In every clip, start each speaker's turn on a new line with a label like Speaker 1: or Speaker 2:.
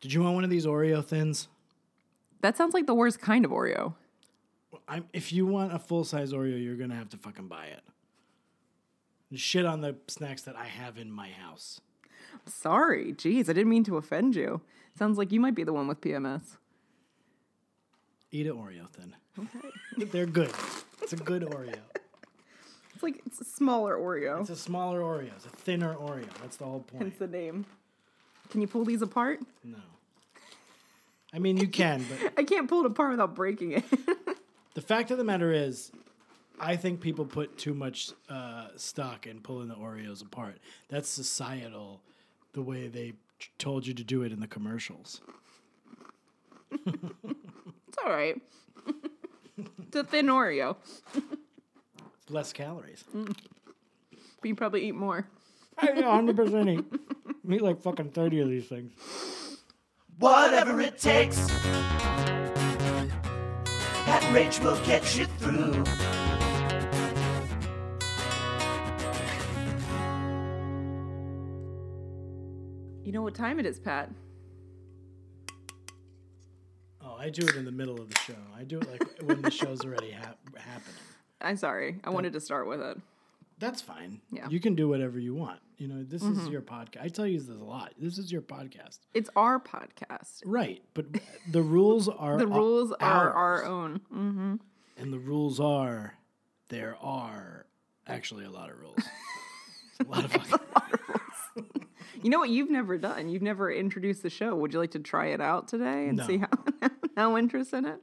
Speaker 1: Did you want one of these Oreo thins?
Speaker 2: That sounds like the worst kind of Oreo.
Speaker 1: I'm, if you want a full size Oreo, you're gonna have to fucking buy it. And shit on the snacks that I have in my house.
Speaker 2: Sorry, geez, I didn't mean to offend you. Sounds like you might be the one with PMS.
Speaker 1: Eat an Oreo thin. They're good. It's a good Oreo.
Speaker 2: It's like it's a smaller Oreo.
Speaker 1: It's a smaller Oreo. It's a thinner Oreo. That's the whole point.
Speaker 2: Hence the name. Can you pull these apart?
Speaker 1: No. I mean, you can, but
Speaker 2: I can't pull it apart without breaking it.
Speaker 1: the fact of the matter is, I think people put too much uh, stock in pulling the Oreos apart. That's societal, the way they t- told you to do it in the commercials.
Speaker 2: it's all right. it's a thin Oreo,
Speaker 1: It's less calories.
Speaker 2: but you probably eat more.
Speaker 1: I 100% eat. Eat like fucking 30 of these things.
Speaker 3: Whatever it takes. That rage will get you through.
Speaker 2: You know what time it is, Pat?
Speaker 1: Oh, I do it in the middle of the show. I do it like when the show's already hap- happening.
Speaker 2: I'm sorry. I wanted to start with it.
Speaker 1: That's fine.
Speaker 2: Yeah. Mm-hmm.
Speaker 1: You can do whatever you want. You know, this is your podcast. I tell you this a lot. This is your podcast.
Speaker 2: It's our podcast.
Speaker 1: Right. But the rules are
Speaker 2: The
Speaker 1: o-
Speaker 2: rules are
Speaker 1: ours.
Speaker 2: our own. Mm-hmm.
Speaker 1: And the rules are there are actually a lot of rules. a lot of fucking-
Speaker 2: You know what you've never done? You've never introduced the show. Would you like to try it out today and
Speaker 1: No.
Speaker 2: see how no interest in it?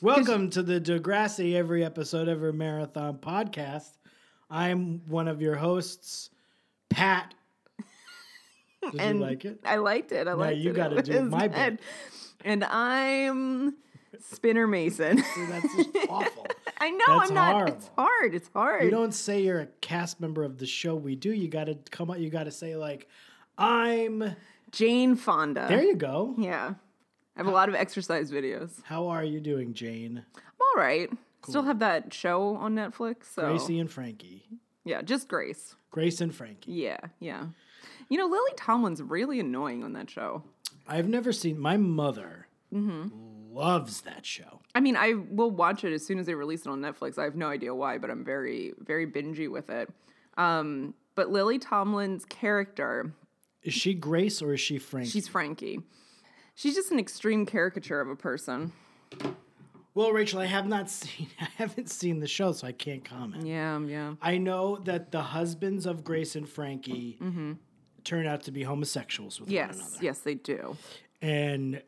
Speaker 1: Welcome to the Degrassi Every Episode Ever Marathon podcast. I'm one of your hosts, Pat. Did
Speaker 2: And
Speaker 1: you like it?
Speaker 2: I liked it. I liked
Speaker 1: you
Speaker 2: it.
Speaker 1: gotta
Speaker 2: It
Speaker 1: do
Speaker 2: was
Speaker 1: my bit.
Speaker 2: good. And I'm Spinner Mason.
Speaker 1: That's just awful.
Speaker 2: I know
Speaker 1: That's
Speaker 2: I'm not. It's
Speaker 1: horrible.
Speaker 2: hard. It's hard.
Speaker 1: you don't say you're a cast member of the show we do. You got to come up. You got to say like, I'm.
Speaker 2: Jane Fonda.
Speaker 1: There you go.
Speaker 2: yeah. I have a lot of exercise videos.
Speaker 1: How are you doing, Jane?
Speaker 2: I'm all right. Still have that show on Netflix. So
Speaker 1: Gracie and Frankie.
Speaker 2: yeah, just Grace.
Speaker 1: Grace and Frankie.
Speaker 2: Yeah, yeah. You know, Lily Tomlin's really annoying on that show.
Speaker 1: I've never seen. My mother loves that show.
Speaker 2: I mean, I will watch it as soon as they release it on Netflix. I have no idea why, but I'm very, very bingy with it. Um, but Lily Tomlin's character,
Speaker 1: Is she Grace or is she Frankie?
Speaker 2: she's Frankie. She's just an extreme caricature of a person.
Speaker 1: well, Rachel, I have not seen. I haven't seen the show, so I can't comment.
Speaker 2: Yeah, yeah.
Speaker 1: I know that the husbands of Grace and Frankie turn out to be homosexuals with one another.
Speaker 2: Mm-hmm. Yes, yes, they do.
Speaker 1: and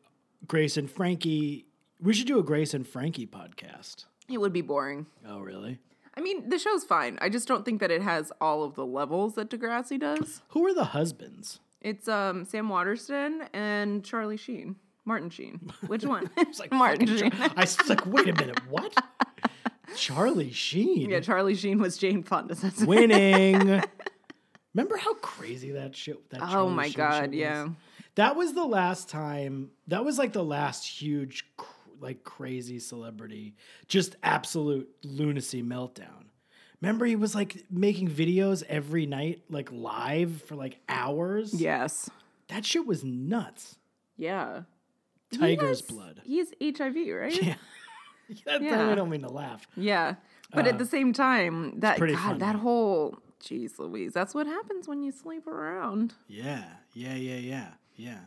Speaker 1: Grace and Frankie. We should do a Grace and Frankie podcast.
Speaker 2: It would be boring.
Speaker 1: Oh, really?
Speaker 2: I mean, the show's fine. I just don't think that it has all of the levels that Degrassi does.
Speaker 1: Who are the husbands?
Speaker 2: It's um, Sam Waterston and Charlie Sheen. Martin Sheen. Which one?
Speaker 1: like
Speaker 2: Martin Sheen.
Speaker 1: I was like, wait a minute, what? Charlie Sheen
Speaker 2: yeah, Charlie Sheen was Jane Fonda's husband.
Speaker 1: winning. Remember how crazy that shit? That
Speaker 2: Oh
Speaker 1: Charlie
Speaker 2: my
Speaker 1: Sheen shit
Speaker 2: god,
Speaker 1: was?
Speaker 2: yeah.
Speaker 1: That was the last time. That was like the last huge, cr- like crazy celebrity, just absolute lunacy meltdown. Remember, he was like making videos every night, like live for like hours.
Speaker 2: Yes.
Speaker 1: that shit was nuts.
Speaker 2: Yeah.
Speaker 1: Tiger's blood.
Speaker 2: He has HIV, right? Yeah.
Speaker 1: That,
Speaker 2: Yeah.
Speaker 1: I don't mean to laugh.
Speaker 2: But at the same time, that
Speaker 1: Uh, pretty
Speaker 2: God,
Speaker 1: funny.
Speaker 2: that whole jeez Louise, that's what happens when you sleep around.
Speaker 1: Yeah, yeah, yeah, yeah, yeah. Yep,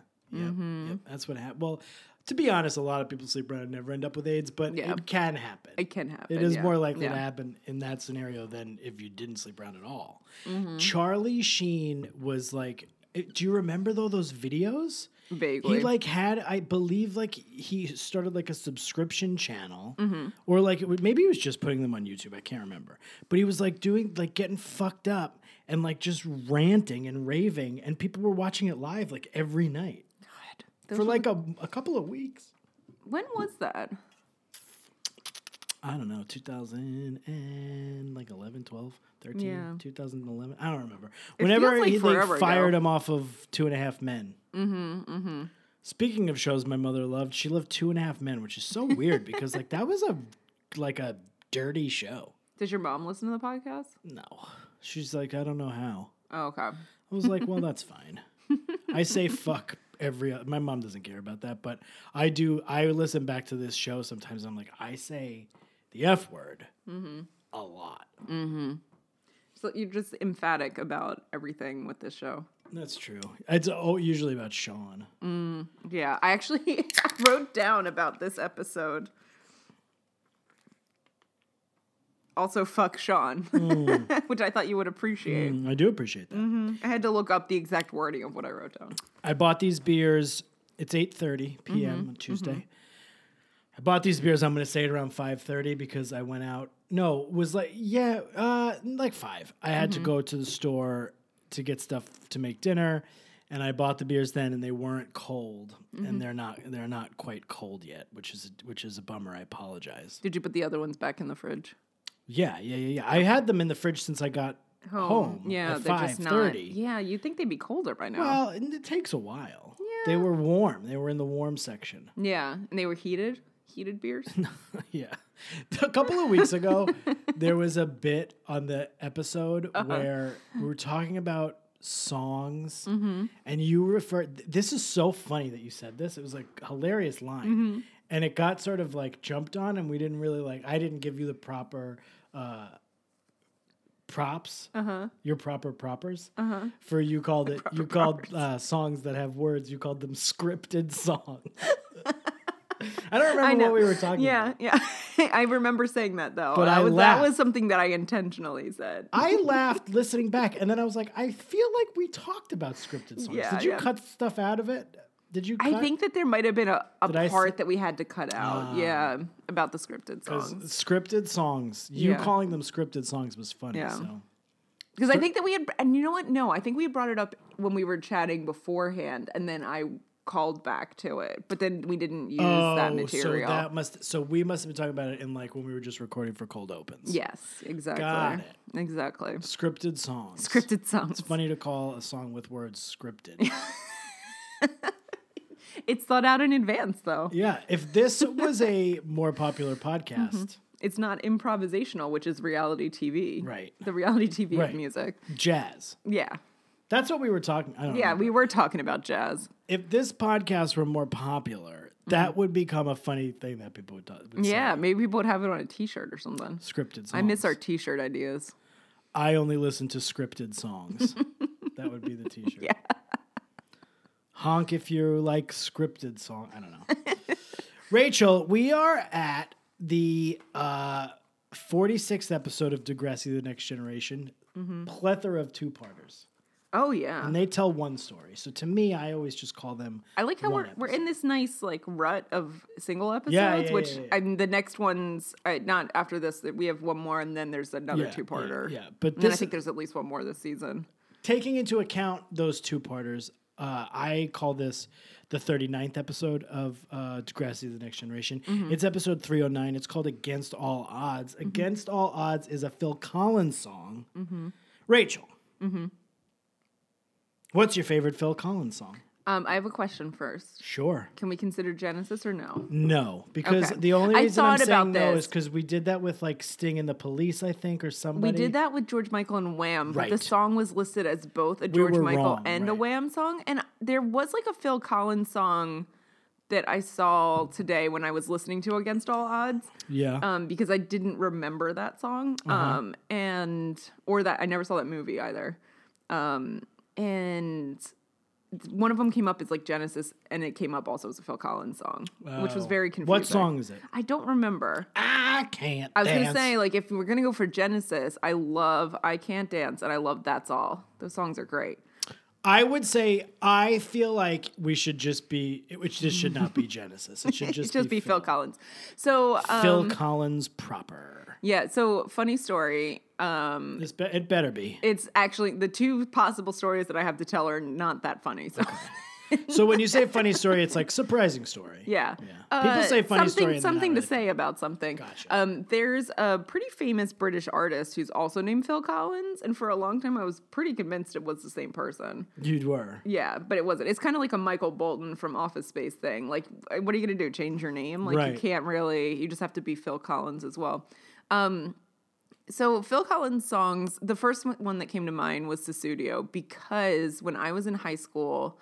Speaker 2: Mm-hmm.
Speaker 1: yep. That's what happened. Well, to be honest, a lot of people sleep around and never end up with AIDS, but
Speaker 2: Yeah.
Speaker 1: it can happen.
Speaker 2: It can happen.
Speaker 1: It is
Speaker 2: yeah.
Speaker 1: more likely
Speaker 2: yeah.
Speaker 1: to happen in that scenario than if you didn't sleep around at all.
Speaker 2: Mm-hmm.
Speaker 1: Charlie Sheen was like, it- do you remember though those videos?
Speaker 2: Vaguely.
Speaker 1: He like had, I believe, like he started like a subscription channel, or like it would, maybe he was just putting them on YouTube. I can't remember, but he was like doing like getting fucked up and like just ranting and raving, and people were watching it live like every night
Speaker 2: God.
Speaker 1: for like a, a couple of weeks.
Speaker 2: when was that?
Speaker 1: I don't know, 2000 and like 11, 12, 13,
Speaker 2: Yeah.
Speaker 1: 2011. I don't remember. Whenever
Speaker 2: feels like
Speaker 1: he
Speaker 2: forever
Speaker 1: like,
Speaker 2: ago.
Speaker 1: fired him off of Two and a Half Men. Mm-hmm, mm-hmm. Speaking of shows my mother loved, she loved Two and a Half Men, which is so weird because like that was a like a dirty show.
Speaker 2: Does your mom listen to the podcast?
Speaker 1: No, she's like I don't know how.
Speaker 2: Oh, okay.
Speaker 1: I was like, well, that's fine. I say fuck every my mom doesn't care about that, but I do. I listen back to this show sometimes. And I'm like, I say the f word a lot.
Speaker 2: So you're just emphatic about everything with this show.
Speaker 1: That's true. It's oh, usually about Sean.
Speaker 2: Yeah, I actually wrote down about this episode. Also, fuck Sean,
Speaker 1: Hmm.
Speaker 2: which I thought you would appreciate.
Speaker 1: Mm-hmm. I do appreciate that.
Speaker 2: I had to look up the exact wording of what I wrote down.
Speaker 1: I bought these beers. It's 8:30 p.m.
Speaker 2: Mm-hmm.
Speaker 1: on Tuesday. I bought these beers. I'm going to say it around 5:30 because I went out. No, it was like yeah, uh, like five. I had
Speaker 2: Mm-hmm.
Speaker 1: to go to the store to get stuff to make dinner, and I bought the beers then, and they weren't cold,
Speaker 2: Mm-hmm.
Speaker 1: and they're not they're not quite cold yet, which is which is a bummer. I apologize.
Speaker 2: Did you put the other ones back in the fridge?
Speaker 1: Yeah, yeah, yeah, yeah. I had them in the fridge since I got home.
Speaker 2: Oh, Yeah,
Speaker 1: at
Speaker 2: they're just not.
Speaker 1: 5:30.
Speaker 2: Yeah, you'd think they'd be colder by now.
Speaker 1: Well, and it takes a while. They were warm. They were in the warm section.
Speaker 2: yeah, and they were heated, heated beers.
Speaker 1: Yeah. A couple of weeks ago, there was a bit on the episode where we were talking about songs and you refer th- this is so funny that you said this. It was like a hilarious line. And it got sort of like jumped on and we didn't really like I didn't give you the proper uh props. Uh-huh. Your proper propers. Uh-huh. For you called it you called uh, songs that have words, you called them scripted songs. I don't remember what we were talking about.
Speaker 2: yeah, yeah. I remember saying that though.
Speaker 1: But
Speaker 2: That
Speaker 1: I
Speaker 2: was, that
Speaker 1: laughed.
Speaker 2: was something that I intentionally said.
Speaker 1: I laughed listening back, and then I was like, I feel like we talked about scripted songs.
Speaker 2: Yeah,
Speaker 1: Did you
Speaker 2: yeah.
Speaker 1: cut stuff out of it? Did you? Cut?
Speaker 2: I think that there might have been a, a
Speaker 1: Did I s- Ah.
Speaker 2: part that we had to cut out. yeah, about the scripted
Speaker 1: 'Cause
Speaker 2: songs.
Speaker 1: scripted songs. You
Speaker 2: Yeah.
Speaker 1: calling them scripted songs was funny.
Speaker 2: Yeah.
Speaker 1: So
Speaker 2: Because I think that we had, and you know what? No, I think we brought it up when we were chatting beforehand, and then I called back to it, but then we didn't use that material.
Speaker 1: Oh, so that must. So we must have been talking about it in like when we were just recording for cold opens.
Speaker 2: yes, exactly.
Speaker 1: Got it.
Speaker 2: Exactly.
Speaker 1: Scripted songs.
Speaker 2: Scripted songs.
Speaker 1: It's funny to call a song with words scripted.
Speaker 2: It's thought out in advance, though.
Speaker 1: yeah. If this was a more popular podcast,
Speaker 2: It's not improvisational, which is reality TV.
Speaker 1: Right.
Speaker 2: The reality TV
Speaker 1: Right. Oh
Speaker 2: of music.
Speaker 1: jazz.
Speaker 2: Yeah.
Speaker 1: That's what we were talking. I don't
Speaker 2: Yeah,
Speaker 1: know.
Speaker 2: we were talking about jazz.
Speaker 1: if this podcast were more popular, that would become a funny thing that people would, do, would say.
Speaker 2: Mm-hmm. Yeah, maybe people would have it on a t shirt or something.
Speaker 1: Scripted songs.
Speaker 2: I miss our t shirt ideas.
Speaker 1: I only listen to scripted songs. that would be the T-shirt. Yeah. Honk if you like scripted song. I don't know. Rachel, we are at the uh, 46th episode of Degrassi: The Next Generation.
Speaker 2: Mm-hmm.
Speaker 1: Plethora of two-parters,
Speaker 2: Oh, yeah.
Speaker 1: and they tell one story. So to me, I always just call them.
Speaker 2: I like how
Speaker 1: one
Speaker 2: we're, we're in this nice like rut of single episodes,
Speaker 1: yeah,
Speaker 2: which
Speaker 1: yeah, yeah.
Speaker 2: I mean the next one's uh, not after this. that We have one more, and then there's another
Speaker 1: Yeah,
Speaker 2: two parter.
Speaker 1: yeah, yeah. But
Speaker 2: and then I
Speaker 1: this-
Speaker 2: think there's at least one more this season.
Speaker 1: taking into account those two parters, uh, I call this the 39th episode of uh, Degrassi The Next Generation.
Speaker 2: Mm-hmm.
Speaker 1: It's episode 309. It's called Against All Odds. Against All Odds is a Phil Collins song.
Speaker 2: Mm-hmm.
Speaker 1: Rachel, what's your favorite Phil Collins song?
Speaker 2: Um, I have a question first.
Speaker 1: Sure.
Speaker 2: Can we consider Genesis or no?
Speaker 1: No, because
Speaker 2: Okay.
Speaker 1: the only
Speaker 2: I
Speaker 1: reason I'm
Speaker 2: thought
Speaker 1: saying
Speaker 2: about
Speaker 1: no
Speaker 2: this.
Speaker 1: is because we did that with like Sting and the Police, I think, or somebody.
Speaker 2: We did that with George Michael and Wham, but
Speaker 1: Right.
Speaker 2: the song was listed as both a George
Speaker 1: were
Speaker 2: Michael
Speaker 1: wrong,
Speaker 2: and a
Speaker 1: right.
Speaker 2: Wham song. And there was like a Phil Collins song that I saw today when I was listening to Against All Odds.
Speaker 1: Yeah.
Speaker 2: um, because I didn't remember that song,
Speaker 1: Uh-huh.
Speaker 2: um, and or that I never saw that movie either. Um, and one of them came up as like Genesis, and it came up also as a Phil Collins song, which was
Speaker 1: Oh.
Speaker 2: very confusing.
Speaker 1: What song is it?
Speaker 2: I don't remember.
Speaker 1: I can't.
Speaker 2: I was
Speaker 1: dance.
Speaker 2: gonna say like if we were gonna go for Genesis, I love I Can't Dance, and I love That's All. Those songs are great.
Speaker 1: I would say I feel like we should just be, which this should not be Genesis. It should
Speaker 2: It
Speaker 1: just,
Speaker 2: should just be Phil Collins. So um,
Speaker 1: Phil Collins proper.
Speaker 2: yeah, so funny story. Um,
Speaker 1: This be, it better be.
Speaker 2: it's actually the two possible stories that I have to tell are not that funny. So
Speaker 1: So when you say funny story, it's like surprising story.
Speaker 2: yeah, Uh,
Speaker 1: People say funny story
Speaker 2: something,
Speaker 1: and they're not
Speaker 2: Something
Speaker 1: really
Speaker 2: to say about something.
Speaker 1: Gotcha.
Speaker 2: Um, there's a pretty famous British artist who's also named Phil Collins, and for a long time I was pretty convinced it was the same person.
Speaker 1: You were.
Speaker 2: Yeah, but it wasn't. It's kind of like a Michael Bolton from Office Space thing. Like, uh, what are you going to do? Change your name? Like,
Speaker 1: Right.
Speaker 2: you can't really. You just have to be Phil Collins as well. Um, so Phil Collins songs. The first one- one that came to mind was Susudio because when I was in high school,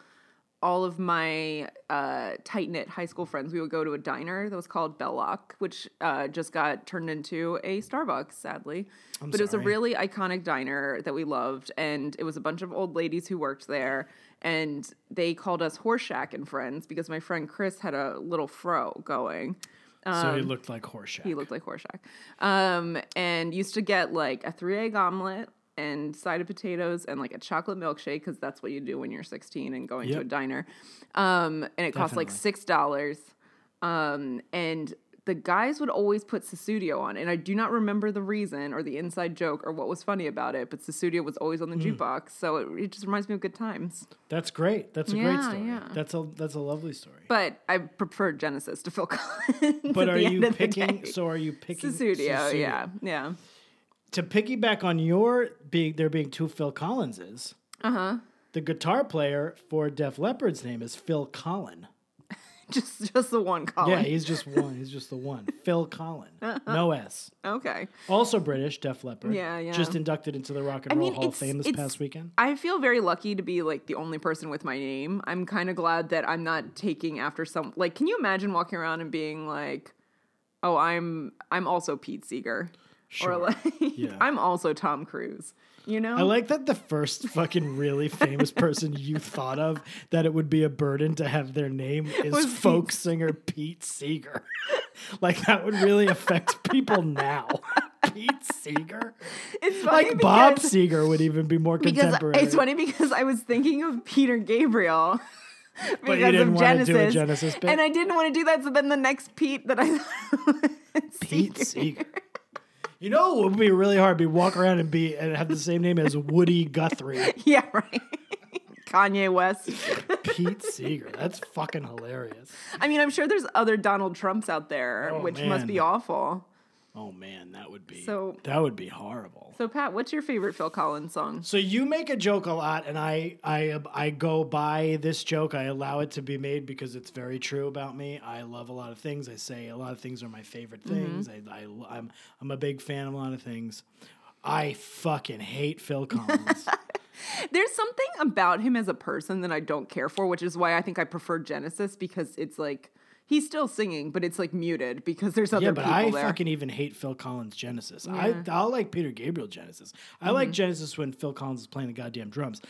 Speaker 2: all of my uh, tight knit high school friends, we would go to a diner that was called Belloc, which uh, just got turned into a Starbucks, sadly. but it was a
Speaker 1: sorry.
Speaker 2: really iconic diner that we loved, and it was a bunch of old ladies who worked there, and they called us Horseshack and friends because my friend Chris had a little fro going.
Speaker 1: so he looked like Horseshack.
Speaker 2: Um, He looked like Horseshack. Um, and used to get like a three egg omelet and side of potatoes and like a chocolate milkshake because that's what you do when you're 16 and going to
Speaker 1: Yep.
Speaker 2: a diner. Um, and it cost like
Speaker 1: Definitely.
Speaker 2: six dollars. Um, and the guys would always put Susudio on, and I do not remember the reason or the inside joke or what was funny about it, but Susudio was always on the
Speaker 1: Hmm.
Speaker 2: jukebox, so it, it just reminds me of good times.
Speaker 1: That's great. That's a great
Speaker 2: Yeah,
Speaker 1: story.
Speaker 2: yeah.
Speaker 1: That's a that's a lovely story.
Speaker 2: But I prefer Genesis to Phil Collins.
Speaker 1: But
Speaker 2: at
Speaker 1: are
Speaker 2: the end
Speaker 1: you
Speaker 2: of the
Speaker 1: picking?
Speaker 2: day.
Speaker 1: So are you picking
Speaker 2: Susudio?
Speaker 1: Susudio?
Speaker 2: Yeah, yeah.
Speaker 1: To piggyback on your being there being two Phil Collinses. Uh
Speaker 2: Uh-huh.
Speaker 1: huh. The guitar player for Def Leppard's name is Phil Collin.
Speaker 2: just just the one
Speaker 1: Yeah,
Speaker 2: column.
Speaker 1: Oh, he's just one. He's just the one. Phil Collin. No S.
Speaker 2: okay.
Speaker 1: Also British, Def Leppard.
Speaker 2: Uh-huh. Yeah, yeah.
Speaker 1: Just inducted into the Rock and
Speaker 2: I
Speaker 1: Roll
Speaker 2: mean,
Speaker 1: Hall of
Speaker 2: it's-
Speaker 1: Fame this
Speaker 2: it's-
Speaker 1: past weekend.
Speaker 2: I feel very lucky to be like the only person with my name. I'm kind of glad that I'm not taking after some. Like, can you imagine walking around and being like, "Oh, I'm I'm also Pete Seeger,"
Speaker 1: Sure.
Speaker 2: or like,
Speaker 1: Yeah.
Speaker 2: "I'm also Tom Cruise." You know?
Speaker 1: I like that the first fucking really famous person you thought of that it would be a burden to have their name is
Speaker 2: Was Pete-
Speaker 1: folk singer Pete Seeger. like that would really affect people now. Pete Seeger?
Speaker 2: it's funny
Speaker 1: Like Bob
Speaker 2: because-
Speaker 1: Seeger would even be more
Speaker 2: Because
Speaker 1: contemporary.
Speaker 2: it's funny because I was thinking of Peter Gabriel.
Speaker 1: But you
Speaker 2: because
Speaker 1: didn't
Speaker 2: of
Speaker 1: wanna
Speaker 2: Genesis,
Speaker 1: do a Genesis bit?
Speaker 2: and I didn't want to do that. So then the next Pete that I
Speaker 1: Pete Seeger. You know what would be really hard? Be walk around and be and have the same name as Woody Guthrie.
Speaker 2: Yeah, right. Kanye West.
Speaker 1: Pete Seeger. That's fucking hilarious.
Speaker 2: I mean, I'm sure there's other Donald Trumps out there,
Speaker 1: Oh,
Speaker 2: which must be
Speaker 1: man.
Speaker 2: awful.
Speaker 1: Oh man, that would be
Speaker 2: So-
Speaker 1: that would be horrible.
Speaker 2: So, Pat, what's your favorite Phil Collins song?
Speaker 1: So you make a joke a lot, and I I I go by this joke. I allow it to be made because it's very true about me. I love a lot of things. I say a lot of things are my favorite things. I, I I'm I'm a big fan of a lot of things. I fucking hate Phil Collins.
Speaker 2: There's something about him as a person that I don't care for, which is why I think I prefer Genesis because it's like he's still singing, but it's like muted because there's other
Speaker 1: yeah, but
Speaker 2: people
Speaker 1: I
Speaker 2: there.
Speaker 1: fucking even hate Phil Collins Genesis. I I like Peter Gabriel Genesis. I like Genesis when Phil Collins is playing the goddamn drums.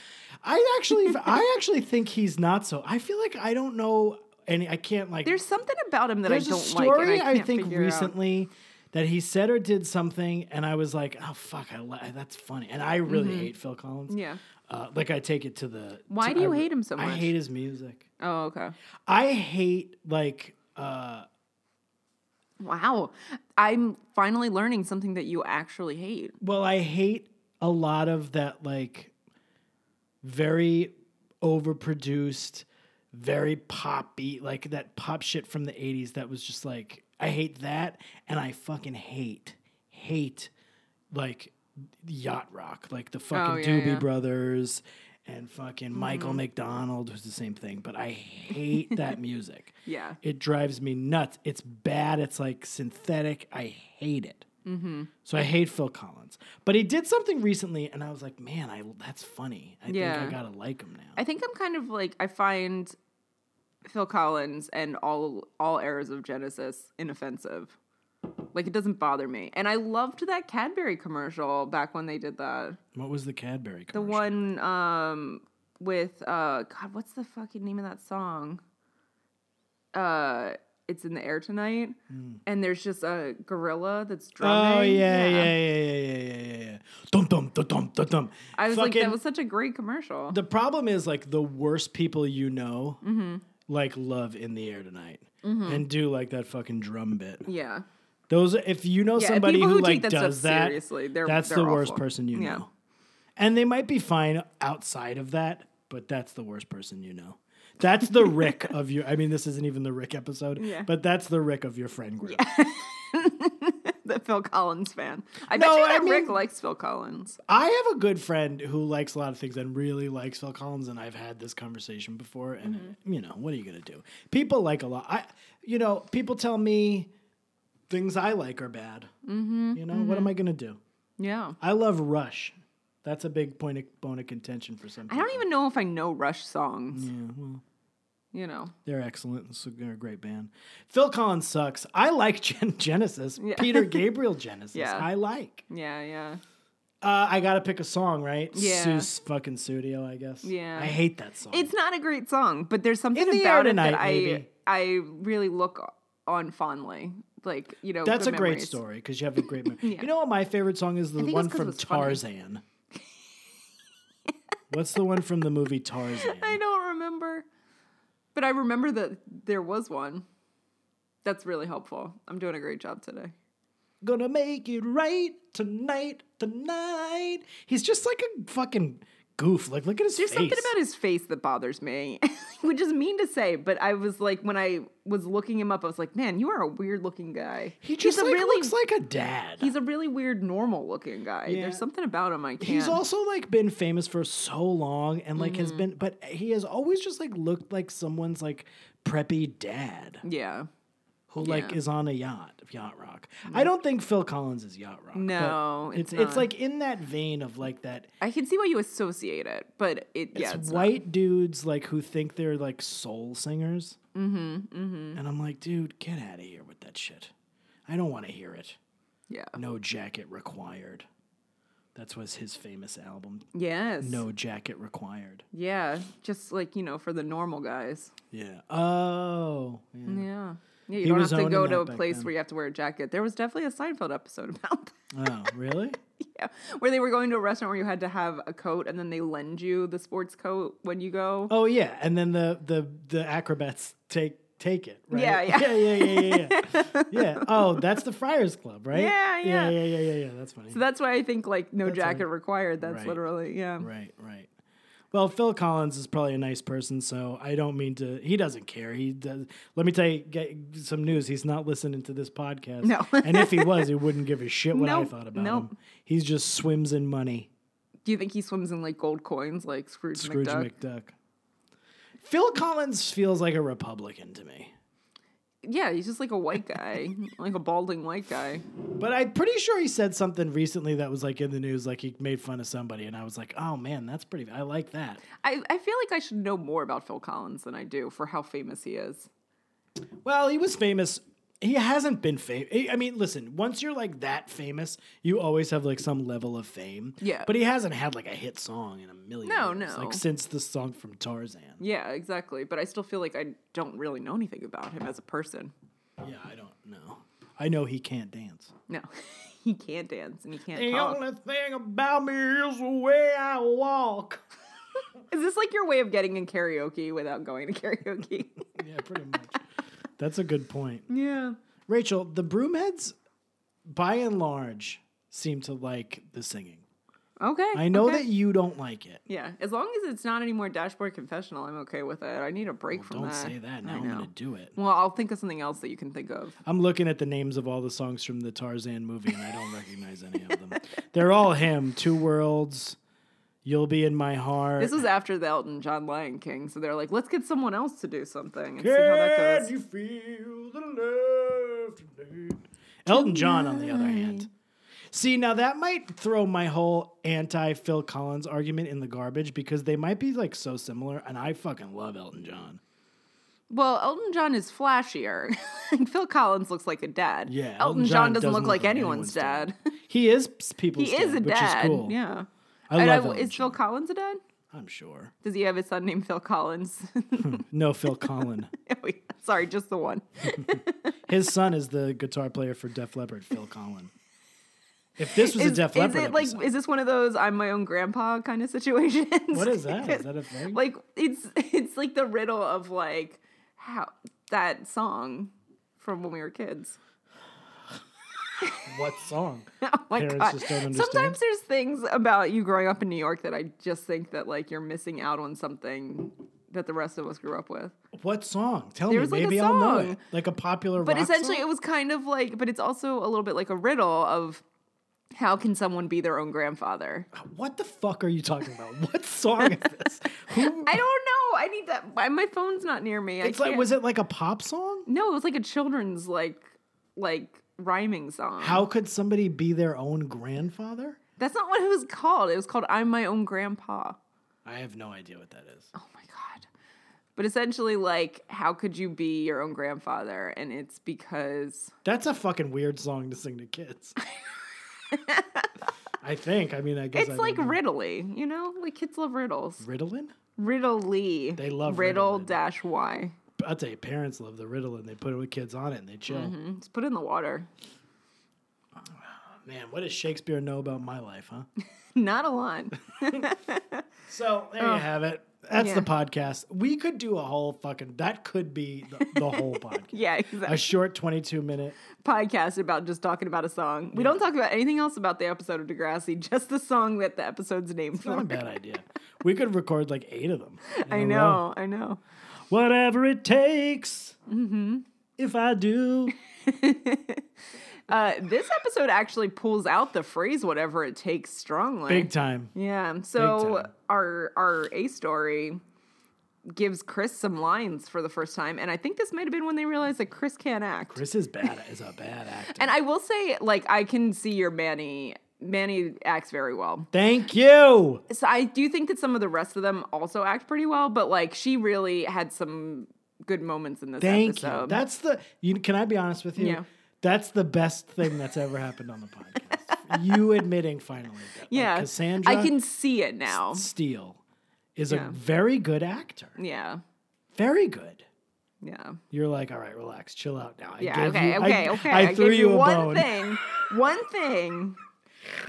Speaker 1: I actually I actually think he's not so. I feel like I don't know any. I can't like
Speaker 2: there's something about him that
Speaker 1: There's
Speaker 2: I don't
Speaker 1: a story
Speaker 2: like. and I, can't
Speaker 1: think
Speaker 2: figure out.
Speaker 1: recently that he said or did something, and I was like, "Oh fuck, I li- that's funny." And I really hate Phil Collins.
Speaker 2: Mm-hmm. Yeah.
Speaker 1: uh, like I take it to the.
Speaker 2: Why
Speaker 1: to-
Speaker 2: do you
Speaker 1: I re-
Speaker 2: hate him so
Speaker 1: I
Speaker 2: much?
Speaker 1: hate his music.
Speaker 2: Oh, okay.
Speaker 1: I hate like uh,
Speaker 2: Wow. I'm finally learning something that you actually hate.
Speaker 1: well, I hate a lot of that like very overproduced, very poppy, like that pop shit from the 80s that was just like, I hate that. And I fucking hate, hate like yacht rock, like the fucking
Speaker 2: Oh, yeah,
Speaker 1: Doobie
Speaker 2: yeah. Mm-hmm.
Speaker 1: Brothers and fucking Michael McDonald, who's the same thing. But I hate that music.
Speaker 2: Yeah.
Speaker 1: It drives me nuts. It's bad. It's like synthetic. I hate it.
Speaker 2: Mm-hmm.
Speaker 1: So I hate Phil Collins. But he did something recently, and I was like, man, I that's funny. I
Speaker 2: Yeah.
Speaker 1: think I gotta like him now.
Speaker 2: I think I'm kind of like I find Phil Collins and all all eras of Genesis inoffensive. Like it doesn't bother me. And I loved that Cadbury commercial back when they did that.
Speaker 1: what was the Cadbury
Speaker 2: The
Speaker 1: commercial?
Speaker 2: one um with uh god, what's the fucking name of that song? Uh it's in the air tonight and there's just a gorilla that's drumming.
Speaker 1: Hmm. Oh yeah, yeah, yeah, yeah, yeah, yeah, yeah, yeah. Dum dum dum dum dum dum.
Speaker 2: I was like that
Speaker 1: Fucking-
Speaker 2: was such a great commercial.
Speaker 1: the problem is like the worst people you know
Speaker 2: Mm-hmm.
Speaker 1: like love in the air tonight. And do like that fucking drum bit.
Speaker 2: yeah.
Speaker 1: Those if you know
Speaker 2: Yeah,
Speaker 1: somebody
Speaker 2: people
Speaker 1: who,
Speaker 2: who
Speaker 1: like
Speaker 2: take that stuff
Speaker 1: does that,
Speaker 2: seriously, they're-
Speaker 1: that's
Speaker 2: they're
Speaker 1: the worst
Speaker 2: awful.
Speaker 1: person you know.
Speaker 2: Yeah.
Speaker 1: And they might be fine outside of that, but that's the worst person you know. That's the Rick of your. I mean, this isn't even the Rick episode,
Speaker 2: Yeah.
Speaker 1: but that's the Rick of your friend group.
Speaker 2: the Phil Collins fan. I
Speaker 1: No,
Speaker 2: bet you
Speaker 1: I
Speaker 2: that Rick
Speaker 1: mean-
Speaker 2: likes Phil Collins.
Speaker 1: I have a good friend who likes a lot of things and really likes Phil Collins, and I've had this conversation before. And
Speaker 2: Mm-hmm.
Speaker 1: you know, what are you gonna do? People like a lot. I, you know, people tell me things I like are bad.
Speaker 2: Mm-hmm.
Speaker 1: You know, what am I gonna do?
Speaker 2: Yeah.
Speaker 1: I love Rush. That's a big point of bone of contention for some
Speaker 2: I
Speaker 1: people.
Speaker 2: don't even know if I know Rush songs.
Speaker 1: Yeah, well,
Speaker 2: you know.
Speaker 1: They're excellent. It's a- They're a great band. Phil Collins sucks. I like Gen- Genesis.
Speaker 2: Yeah.
Speaker 1: Peter Gabriel Genesis.
Speaker 2: Yeah.
Speaker 1: I like.
Speaker 2: Yeah, yeah.
Speaker 1: Uh, I gotta pick a song, right?
Speaker 2: Yeah.
Speaker 1: Seuss fucking studio, I guess.
Speaker 2: Yeah.
Speaker 1: I hate that song.
Speaker 2: It's not a great song, but there's something
Speaker 1: In the air
Speaker 2: about it
Speaker 1: tonight,
Speaker 2: that I
Speaker 1: maybe.
Speaker 2: I really look on fondly. Like you know,
Speaker 1: That's a
Speaker 2: good
Speaker 1: great
Speaker 2: memories.
Speaker 1: story because you have a great memory. You know what my favorite song is? The
Speaker 2: think it's
Speaker 1: one
Speaker 2: 'cause it
Speaker 1: from
Speaker 2: was funny.
Speaker 1: Tarzan. What's the one from the movie Tarzan?
Speaker 2: I don't remember, but I remember that there was one. That's really helpful. I'm doing a great job today.
Speaker 1: Gonna make it right tonight, tonight. He's just like a fucking goof. Like, look at his
Speaker 2: There's
Speaker 1: face.
Speaker 2: something about his face that bothers me, which is mean to say, but I was like, when I was looking him up, I was like, man, you are a weird looking guy.
Speaker 1: He just
Speaker 2: he's
Speaker 1: like,
Speaker 2: a really,
Speaker 1: looks like a dad.
Speaker 2: he's a really weird, normal looking guy.
Speaker 1: Yeah.
Speaker 2: There's something about him I can't.
Speaker 1: He's also like been famous for so long and like
Speaker 2: Mm-hmm.
Speaker 1: has been but he has always just like looked like someone's like preppy dad
Speaker 2: yeah.
Speaker 1: who like
Speaker 2: Yeah. Mm.
Speaker 1: is on a yacht, yacht rock. I don't think Phil Collins is yacht rock. but
Speaker 2: No,
Speaker 1: It's
Speaker 2: it's
Speaker 1: it's,
Speaker 2: not.
Speaker 1: like in that vein of like that
Speaker 2: I can see why you associate it, but it yeah,
Speaker 1: it's
Speaker 2: it's not-
Speaker 1: white dudes like who think they're like soul singers. Mm-hmm. Mm-hmm. And I'm like, dude, get out of here with that shit. I don't want to hear it.
Speaker 2: yeah.
Speaker 1: No jacket required. That was his famous album.
Speaker 2: Yes.
Speaker 1: No jacket required.
Speaker 2: Yeah, just like you know, for the normal guys.
Speaker 1: Yeah. Oh. yeah.
Speaker 2: Yeah. Yeah, you
Speaker 1: He
Speaker 2: don't
Speaker 1: was
Speaker 2: have to
Speaker 1: owning
Speaker 2: go to
Speaker 1: that
Speaker 2: a
Speaker 1: back
Speaker 2: place
Speaker 1: then.
Speaker 2: where you have to wear a jacket. There was definitely a Seinfeld episode about that.
Speaker 1: Oh, really?
Speaker 2: Yeah, where they were going to a restaurant where you had to have a coat, and then they lend you the sports coat when you go.
Speaker 1: Oh, yeah. And then the the the acrobats take take it. Right?
Speaker 2: Yeah, yeah.
Speaker 1: yeah, yeah, yeah, yeah, yeah. yeah. Oh, that's the Friars Club, right?
Speaker 2: Yeah,
Speaker 1: yeah,
Speaker 2: yeah.
Speaker 1: yeah, yeah, yeah. yeah. That's funny.
Speaker 2: So that's why I think like no
Speaker 1: all-
Speaker 2: jacket required. That's
Speaker 1: Right.
Speaker 2: literally yeah.
Speaker 1: right, right. Well, Phil Collins is probably a nice person, so I don't mean to. He doesn't care. He does. Let me tell you get some news. He's not listening to this podcast.
Speaker 2: No.
Speaker 1: and if he was, he wouldn't give a shit what I
Speaker 2: Nope,
Speaker 1: thought about
Speaker 2: nope.
Speaker 1: him. He just swims in money.
Speaker 2: Do you think he swims in like gold coins like Scrooge,
Speaker 1: Scrooge
Speaker 2: McDuck?
Speaker 1: McDuck. Phil Collins feels like a Republican to me,
Speaker 2: yeah, he's just like a white guy, like a balding white guy.
Speaker 1: but I'm pretty sure he said something recently that was like in the news, like he made fun of somebody, and I was like, oh man, that's pretty. I like that.
Speaker 2: I, I feel like I should know more about Phil Collins than I do for how famous he is.
Speaker 1: Well, he was famous. He hasn't been famous. I mean, listen, once you're like that famous, you always have like some level of fame.
Speaker 2: Yeah.
Speaker 1: But he hasn't had like a hit song in a million
Speaker 2: No,
Speaker 1: years.
Speaker 2: no.
Speaker 1: Like since the song from Tarzan.
Speaker 2: Yeah, exactly. But I still feel like I don't really know anything about him as a person.
Speaker 1: Yeah, I don't know. I know he can't dance.
Speaker 2: No, he can't dance and he can't
Speaker 1: The
Speaker 2: talk.
Speaker 1: only thing about me is the way I walk.
Speaker 2: Is this like your way of getting in karaoke without going to karaoke?
Speaker 1: Yeah, pretty much. That's a good point.
Speaker 2: yeah.
Speaker 1: Rachel, the Broomheads, by and large, seem to like the singing.
Speaker 2: Okay.
Speaker 1: I know
Speaker 2: okay.
Speaker 1: that you don't like it.
Speaker 2: Yeah, as long as it's not any more dashboard confessional, I'm okay with it. I need a break from
Speaker 1: Don't
Speaker 2: that.
Speaker 1: say that. Now
Speaker 2: I
Speaker 1: I'm
Speaker 2: know.
Speaker 1: going to do it.
Speaker 2: Well, I'll think of something else that you can think of.
Speaker 1: I'm looking at the names of all the songs from the Tarzan movie, and I don't recognize any of them. They're all him. Two worlds. You'll be in my heart.
Speaker 2: This was after the Elton John Lion King, so they're like, let's get someone else to do something and see how that
Speaker 1: Can
Speaker 2: goes.
Speaker 1: you feel the love today? Elton John, on the other hand. See, now that might throw my whole anti Phil Collins argument in the garbage because they might be like so similar, and I fucking love Elton John.
Speaker 2: Well, Elton John is flashier. Phil Collins looks like a dad.
Speaker 1: Yeah,
Speaker 2: Elton, John, doesn't, look, like anyone's, dad.
Speaker 1: He is people's
Speaker 2: he is a
Speaker 1: dad, which
Speaker 2: dad.
Speaker 1: is cool.
Speaker 2: Yeah.
Speaker 1: I
Speaker 2: and
Speaker 1: love
Speaker 2: I,
Speaker 1: Elton
Speaker 2: is Phil
Speaker 1: John.
Speaker 2: Collins a dad?
Speaker 1: I'm sure.
Speaker 2: Does he have a son named Phil Collins?
Speaker 1: No, Phil Collins.
Speaker 2: Sorry, just the one.
Speaker 1: His son is the guitar player for Def Leppard, Phil Collin. If this was a Def
Speaker 2: is
Speaker 1: Leppard
Speaker 2: it like
Speaker 1: episode,
Speaker 2: is this one of those I'm my own grandpa kind of situations?
Speaker 1: what is that? Is that a thing?
Speaker 2: like it's it's like the riddle of like how that song from when we were kids.
Speaker 1: what song?
Speaker 2: Oh my
Speaker 1: Parents
Speaker 2: god.
Speaker 1: just don't understand.
Speaker 2: Sometimes there's things about you growing up in New York that I just think that like you're missing out on something that the rest of us grew up with.
Speaker 1: What song? Tell
Speaker 2: There
Speaker 1: me.
Speaker 2: was, like, a
Speaker 1: Maybe I'll know
Speaker 2: song.
Speaker 1: it. Like a popular
Speaker 2: But
Speaker 1: rock
Speaker 2: essentially
Speaker 1: song?
Speaker 2: it was kind of like but it's also a little bit like a riddle of how can someone be their own grandfather?
Speaker 1: What the fuck are you talking about? What song is this? Who?
Speaker 2: I don't know. I need that. My my phone's not near me.
Speaker 1: It's
Speaker 2: I
Speaker 1: like,
Speaker 2: can't- Mm-hmm.
Speaker 1: was it like a pop song?
Speaker 2: No, it was like a children's like like rhyming song.
Speaker 1: How could somebody be their own grandfather?
Speaker 2: That's not what it was called. It was called "I'm My Own Grandpa."
Speaker 1: I have no idea what that is.
Speaker 2: Oh my god. But essentially, like, how could you be your own grandfather? And it's because
Speaker 1: That's a fucking weird song to sing to kids. I think. I mean, I guess I
Speaker 2: it's like
Speaker 1: don't know.
Speaker 2: Riddly, you know? Like, kids love riddles.
Speaker 1: Ritalin.
Speaker 2: Riddly.
Speaker 1: They love
Speaker 2: riddle
Speaker 1: Ritalin.
Speaker 2: dash Y.
Speaker 1: I'd say parents love the Ritalin. They put it with kids on it and they chill.
Speaker 2: Mm, Just put it in the water.
Speaker 1: Man, what does Shakespeare know about my life, huh?
Speaker 2: Not a lot.
Speaker 1: So there you have it. That's the
Speaker 2: Yeah.
Speaker 1: podcast. We could do a whole fucking. That could be the, the whole podcast.
Speaker 2: yeah, exactly.
Speaker 1: A short twenty-two minute.
Speaker 2: podcast about just talking about a song. We don't talk about anything else about the episode of Degrassi, just the song that the episode's named
Speaker 1: Not a
Speaker 2: for.
Speaker 1: bad idea. We could record like eight of them. in
Speaker 2: I
Speaker 1: a row.
Speaker 2: know, I know.
Speaker 1: Whatever it takes. Mm-hmm. If I do,
Speaker 2: Uh, this episode actually pulls out the phrase "whatever it takes" strongly.
Speaker 1: big time.
Speaker 2: yeah. um, So
Speaker 1: time.
Speaker 2: our our A story gives Chris some lines for the first time, and I think this might have been when they realized that Chris can't act.
Speaker 1: Chris is bad. Is a bad actor.
Speaker 2: And I will say, like, I can see your Manny. Manny acts very well.
Speaker 1: Thank you.
Speaker 2: so I do think that some of the rest of them also act pretty well, but like she really had some good moments in this
Speaker 1: Thank
Speaker 2: episode.
Speaker 1: you. That's the. You can I be honest with you?
Speaker 2: Yeah.
Speaker 1: That's the best thing that's ever happened on the podcast. you admitting finally. That, like,
Speaker 2: yeah,
Speaker 1: Cassandra.
Speaker 2: I can see it now.
Speaker 1: Steele is
Speaker 2: Yeah.
Speaker 1: a very good actor.
Speaker 2: Yeah,
Speaker 1: Very good.
Speaker 2: yeah,
Speaker 1: You're like, all right, relax, chill out now. I
Speaker 2: yeah.
Speaker 1: gave
Speaker 2: Okay,
Speaker 1: you- I-
Speaker 2: okay, okay.
Speaker 1: I, threw
Speaker 2: gave
Speaker 1: you, a
Speaker 2: one
Speaker 1: bone.
Speaker 2: thing. One thing.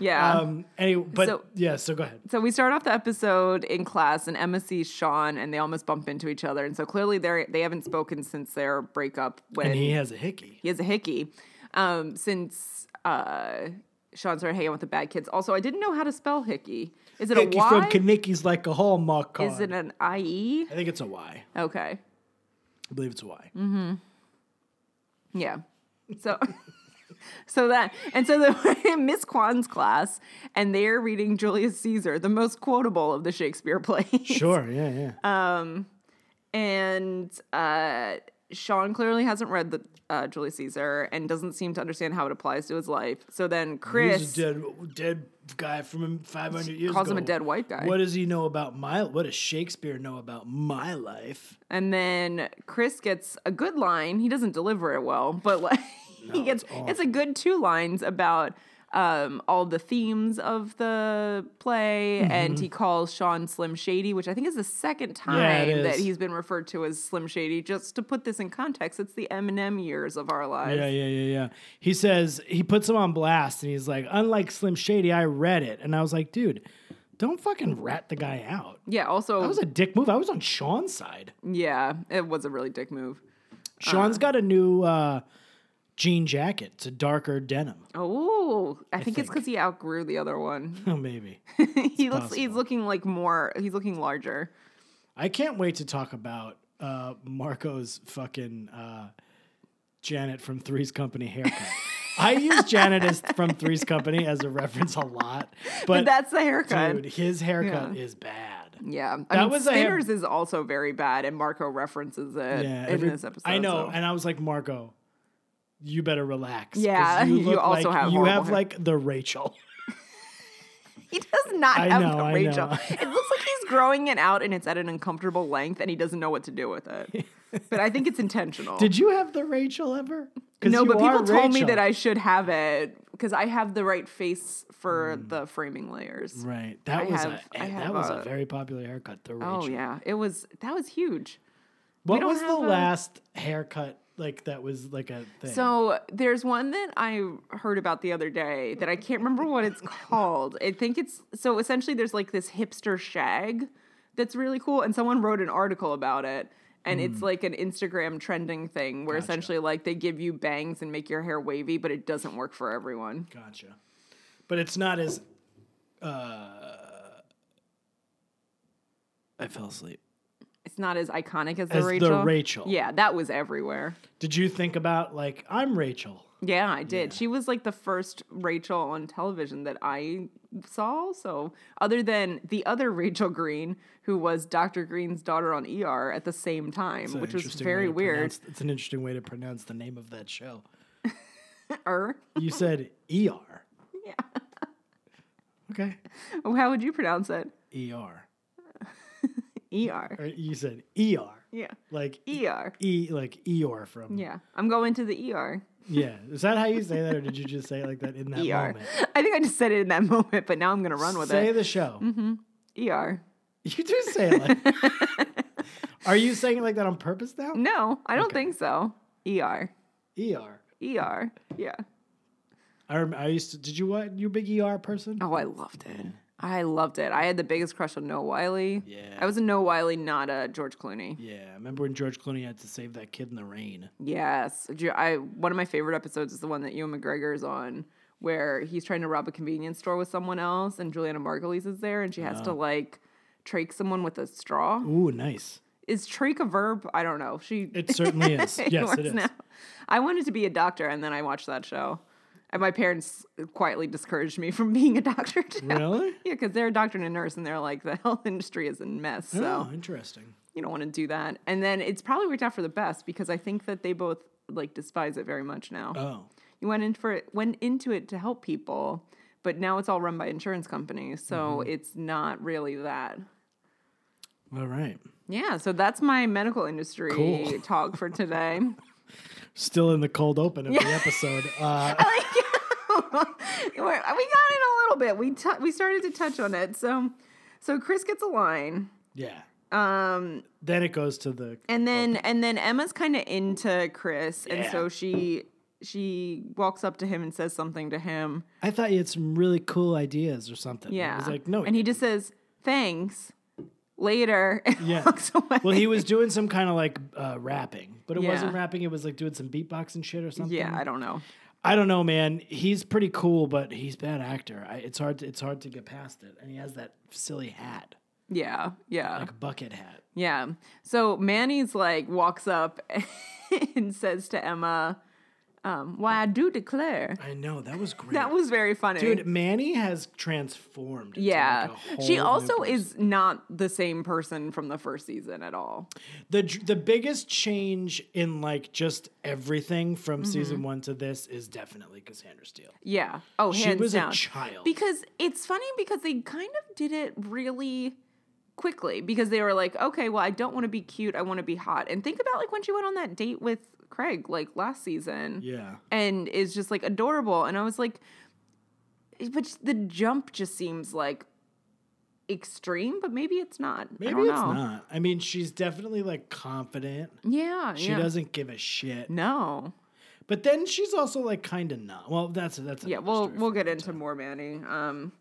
Speaker 2: Yeah.
Speaker 1: Um, anyway, but
Speaker 2: So-
Speaker 1: yeah, so go ahead.
Speaker 2: so we start off the episode in class, and Emma sees Sean, and they almost bump into each other. And so clearly they they haven't spoken since their breakup. When
Speaker 1: And he has a hickey.
Speaker 2: he has a hickey um, since uh, Sean started hanging out with the bad kids. Also, I didn't know how to spell hickey. Is it
Speaker 1: Hickey
Speaker 2: a Y?
Speaker 1: from Kanicki's like a hallmark card.
Speaker 2: Is it an I E?
Speaker 1: I think it's a Y.
Speaker 2: Okay,
Speaker 1: I believe it's a Y.
Speaker 2: Mm-hmm. yeah. So. So that, and so the in Miss Kwan's class, and they're reading Julius Caesar, the most quotable of the Shakespeare plays.
Speaker 1: Sure, yeah, yeah.
Speaker 2: and uh, Sean clearly hasn't read the uh, Julius Caesar and doesn't seem to understand how it applies to his life. So then Chris,
Speaker 1: He's a dead, dead guy from 500 years
Speaker 2: Calls him a
Speaker 1: ago.
Speaker 2: dead white guy.
Speaker 1: What does he know about my? What does Shakespeare know about my life?
Speaker 2: And then Chris gets a good line. He doesn't deliver it well, but like he gets
Speaker 1: it's
Speaker 2: it's, a good two lines about um, all the themes of the play,
Speaker 1: Mm-hmm.
Speaker 2: and he calls Sean Slim Shady, which I think is the second
Speaker 1: Yeah, it
Speaker 2: time that
Speaker 1: is.
Speaker 2: he's been referred to as Slim Shady. Just to put this in context, it's the Eminem years of our lives.
Speaker 1: Yeah, yeah, yeah, yeah. He says he puts him on blast, and he's like, "Unlike Slim Shady, I read it," and I was like, "Dude, don't fucking rat the guy out."
Speaker 2: Yeah, also,
Speaker 1: That was a dick move. I was on Sean's side.
Speaker 2: yeah, it was a really dick move.
Speaker 1: Sean's got a new uh, jean jacket. It's a darker denim.
Speaker 2: Oh, I, think, it's
Speaker 1: think.
Speaker 2: because he outgrew the other one.
Speaker 1: Oh, maybe.
Speaker 2: he looks, he's
Speaker 1: possible.
Speaker 2: looking like more, he's looking larger.
Speaker 1: I can't wait to talk about uh, Marco's fucking uh, Janet from Three's Company haircut. I use Janet as from Three's Company as a reference a lot, but,
Speaker 2: But that's the haircut.
Speaker 1: dude, his haircut
Speaker 2: Yeah.
Speaker 1: is bad.
Speaker 2: Yeah, I
Speaker 1: That
Speaker 2: mean,
Speaker 1: was a hair-
Speaker 2: Spinners is also very bad, and Marco references it
Speaker 1: Yeah,
Speaker 2: in
Speaker 1: every-
Speaker 2: this episode.
Speaker 1: I know,
Speaker 2: so-
Speaker 1: and I was like, Marco, you better relax. 'cause
Speaker 2: Yeah, you
Speaker 1: look
Speaker 2: also
Speaker 1: like,
Speaker 2: have
Speaker 1: you
Speaker 2: horrible
Speaker 1: have
Speaker 2: hair.
Speaker 1: like the Rachel.
Speaker 2: he does not
Speaker 1: I
Speaker 2: have
Speaker 1: know,
Speaker 2: the
Speaker 1: I
Speaker 2: Rachel.
Speaker 1: know.
Speaker 2: It looks like he's growing it out, and it's at an uncomfortable length, and he doesn't know what to do with it. but I think it's intentional.
Speaker 1: Did you have the Rachel ever? 'Cause
Speaker 2: no,
Speaker 1: you
Speaker 2: but people
Speaker 1: are
Speaker 2: told me
Speaker 1: Rachel.
Speaker 2: that I should have it because I have the right face for
Speaker 1: Mm.
Speaker 2: the framing layers.
Speaker 1: Right, that was
Speaker 2: have-
Speaker 1: a eh,
Speaker 2: I
Speaker 1: that
Speaker 2: have
Speaker 1: was a
Speaker 2: a-
Speaker 1: very popular haircut. The Rachel.
Speaker 2: Oh yeah, it was that was huge.
Speaker 1: What
Speaker 2: don't
Speaker 1: was the
Speaker 2: have a-
Speaker 1: last haircut like that was like a thing?
Speaker 2: So there's one that I heard about the other day that I can't remember what it's called. I think it's so essentially there's like this hipster shag that's really cool, and someone wrote an article about it. And it's like an Instagram trending thing where essentially like they give you bangs and make your hair wavy, but it doesn't work for everyone.
Speaker 1: gotcha, but it's not as. Uh, I fell asleep.
Speaker 2: It's not as iconic as the
Speaker 1: As the
Speaker 2: Rachel.
Speaker 1: Rachel.
Speaker 2: Yeah, that was everywhere.
Speaker 1: Did you think about like I'm Rachel?
Speaker 2: Yeah, I did. She was like the first Rachel on television that I saw. So, other than the other Rachel Green, who was Dr. Green's daughter on ER at the same time,
Speaker 1: It's an
Speaker 2: which was
Speaker 1: interesting way
Speaker 2: very
Speaker 1: to
Speaker 2: weird.
Speaker 1: pronounce- It's an interesting way to pronounce the name of that show.
Speaker 2: Er,
Speaker 1: You said ER.
Speaker 2: Yeah.
Speaker 1: Okay.
Speaker 2: Oh, how would you pronounce it?
Speaker 1: ER.
Speaker 2: ER.
Speaker 1: Or you said ER.
Speaker 2: Yeah.
Speaker 1: Like E
Speaker 2: ER.
Speaker 1: like Eeyore from
Speaker 2: Yeah. I'm going to the ER.
Speaker 1: Yeah. Is that how you say that or did you just say it like that in that
Speaker 2: ER.
Speaker 1: moment?
Speaker 2: I think I just said it in that moment, but now I'm going to run with
Speaker 1: say
Speaker 2: it.
Speaker 1: the show.
Speaker 2: ER.
Speaker 1: You do say it like Are you saying it like that on purpose now?
Speaker 2: No, I don't think so. ER.
Speaker 1: ER.
Speaker 2: ER. Yeah.
Speaker 1: I, rem- I used to. Did you what? You a big ER person?
Speaker 2: Oh, I loved it. I loved it. I had the biggest crush on Noah Wiley.
Speaker 1: Yeah.
Speaker 2: I was a Noah Wiley, not a George Clooney.
Speaker 1: Yeah. I remember when George Clooney had to save that kid in the rain.
Speaker 2: Yes. Ju- I one of my favorite episodes is the one that Ewan McGregor is on where he's trying to rob a convenience store with someone else and Juliana Margulies is there and she has
Speaker 1: Oh.
Speaker 2: to like trach someone with a straw.
Speaker 1: Ooh, nice.
Speaker 2: Is trach a verb? I don't know. She
Speaker 1: It certainly is. Yes,
Speaker 2: works
Speaker 1: it is.
Speaker 2: now. I wanted to be a doctor and then I watched that show. And my parents quietly discouraged me from being a doctor. too.
Speaker 1: Really?
Speaker 2: Yeah, because they're a doctor and a nurse, and they're like, the health industry is a mess. So
Speaker 1: Oh, interesting.
Speaker 2: you don't want to do that. And then it's probably worked out for the best because I think that they both like despise it very much now.
Speaker 1: Oh,
Speaker 2: you went in for it, went into it to help people, but now it's all run by insurance companies, so
Speaker 1: Mm-hmm.
Speaker 2: it's not really that.
Speaker 1: all right.
Speaker 2: Yeah, so that's my medical industry
Speaker 1: Cool.
Speaker 2: talk for today.
Speaker 1: Still in the cold open of the episode. Uh,
Speaker 2: we got in a little bit. We t- we started to touch on it. So so Chris gets a line.
Speaker 1: yeah.
Speaker 2: Um,
Speaker 1: Then it goes to the.
Speaker 2: and then and then Emma's kind of into Chris, and
Speaker 1: Yeah.
Speaker 2: so she she walks up to him and says something to him.
Speaker 1: I thought you had some really cool ideas or something.
Speaker 2: Yeah,
Speaker 1: I was like, no.
Speaker 2: and he just says thanks later. And
Speaker 1: Yeah.
Speaker 2: walks away.
Speaker 1: Well, he was doing some kind of like uh, rapping, but it
Speaker 2: Yeah.
Speaker 1: wasn't rapping. It was like doing some beatbox and shit or something.
Speaker 2: yeah, I don't know.
Speaker 1: I don't know, man. He's pretty cool, but he's bad actor. I, it's hard. To, it's hard to get past it. And he has that silly hat,
Speaker 2: Yeah, yeah,
Speaker 1: like a bucket hat.
Speaker 2: yeah. So Manny's like walks up and says to Emma, um, "Why I do declare."
Speaker 1: I know that was great.
Speaker 2: That was very funny.
Speaker 1: dude. Manny has transformed. into, like,
Speaker 2: yeah.
Speaker 1: a whole
Speaker 2: she
Speaker 1: new
Speaker 2: also
Speaker 1: person.
Speaker 2: is not the same person from the first season at all.
Speaker 1: the dr- the biggest change in like just everything from
Speaker 2: Mm-hmm.
Speaker 1: season one to this is definitely Cassandra Steele.
Speaker 2: Yeah. Oh,
Speaker 1: She
Speaker 2: hands
Speaker 1: was
Speaker 2: down.
Speaker 1: a child.
Speaker 2: Because it's funny because they kind of did it really quickly because they were like, okay, well, I don't want to be cute. I want to be hot. And think about like when she went on that date with Craig like last season
Speaker 1: yeah.
Speaker 2: and is just like adorable. And I was like, but the jump just seems like extreme, but maybe it's not. I
Speaker 1: Maybe
Speaker 2: don't
Speaker 1: it's
Speaker 2: know.
Speaker 1: not. I mean, she's definitely like confident.
Speaker 2: Yeah.
Speaker 1: She
Speaker 2: yeah.
Speaker 1: doesn't give a shit.
Speaker 2: No.
Speaker 1: But then she's also like kind of not. Well, that's that's
Speaker 2: Yeah,
Speaker 1: another
Speaker 2: we'll
Speaker 1: story
Speaker 2: we'll
Speaker 1: for
Speaker 2: get
Speaker 1: another
Speaker 2: into more Manny. Um,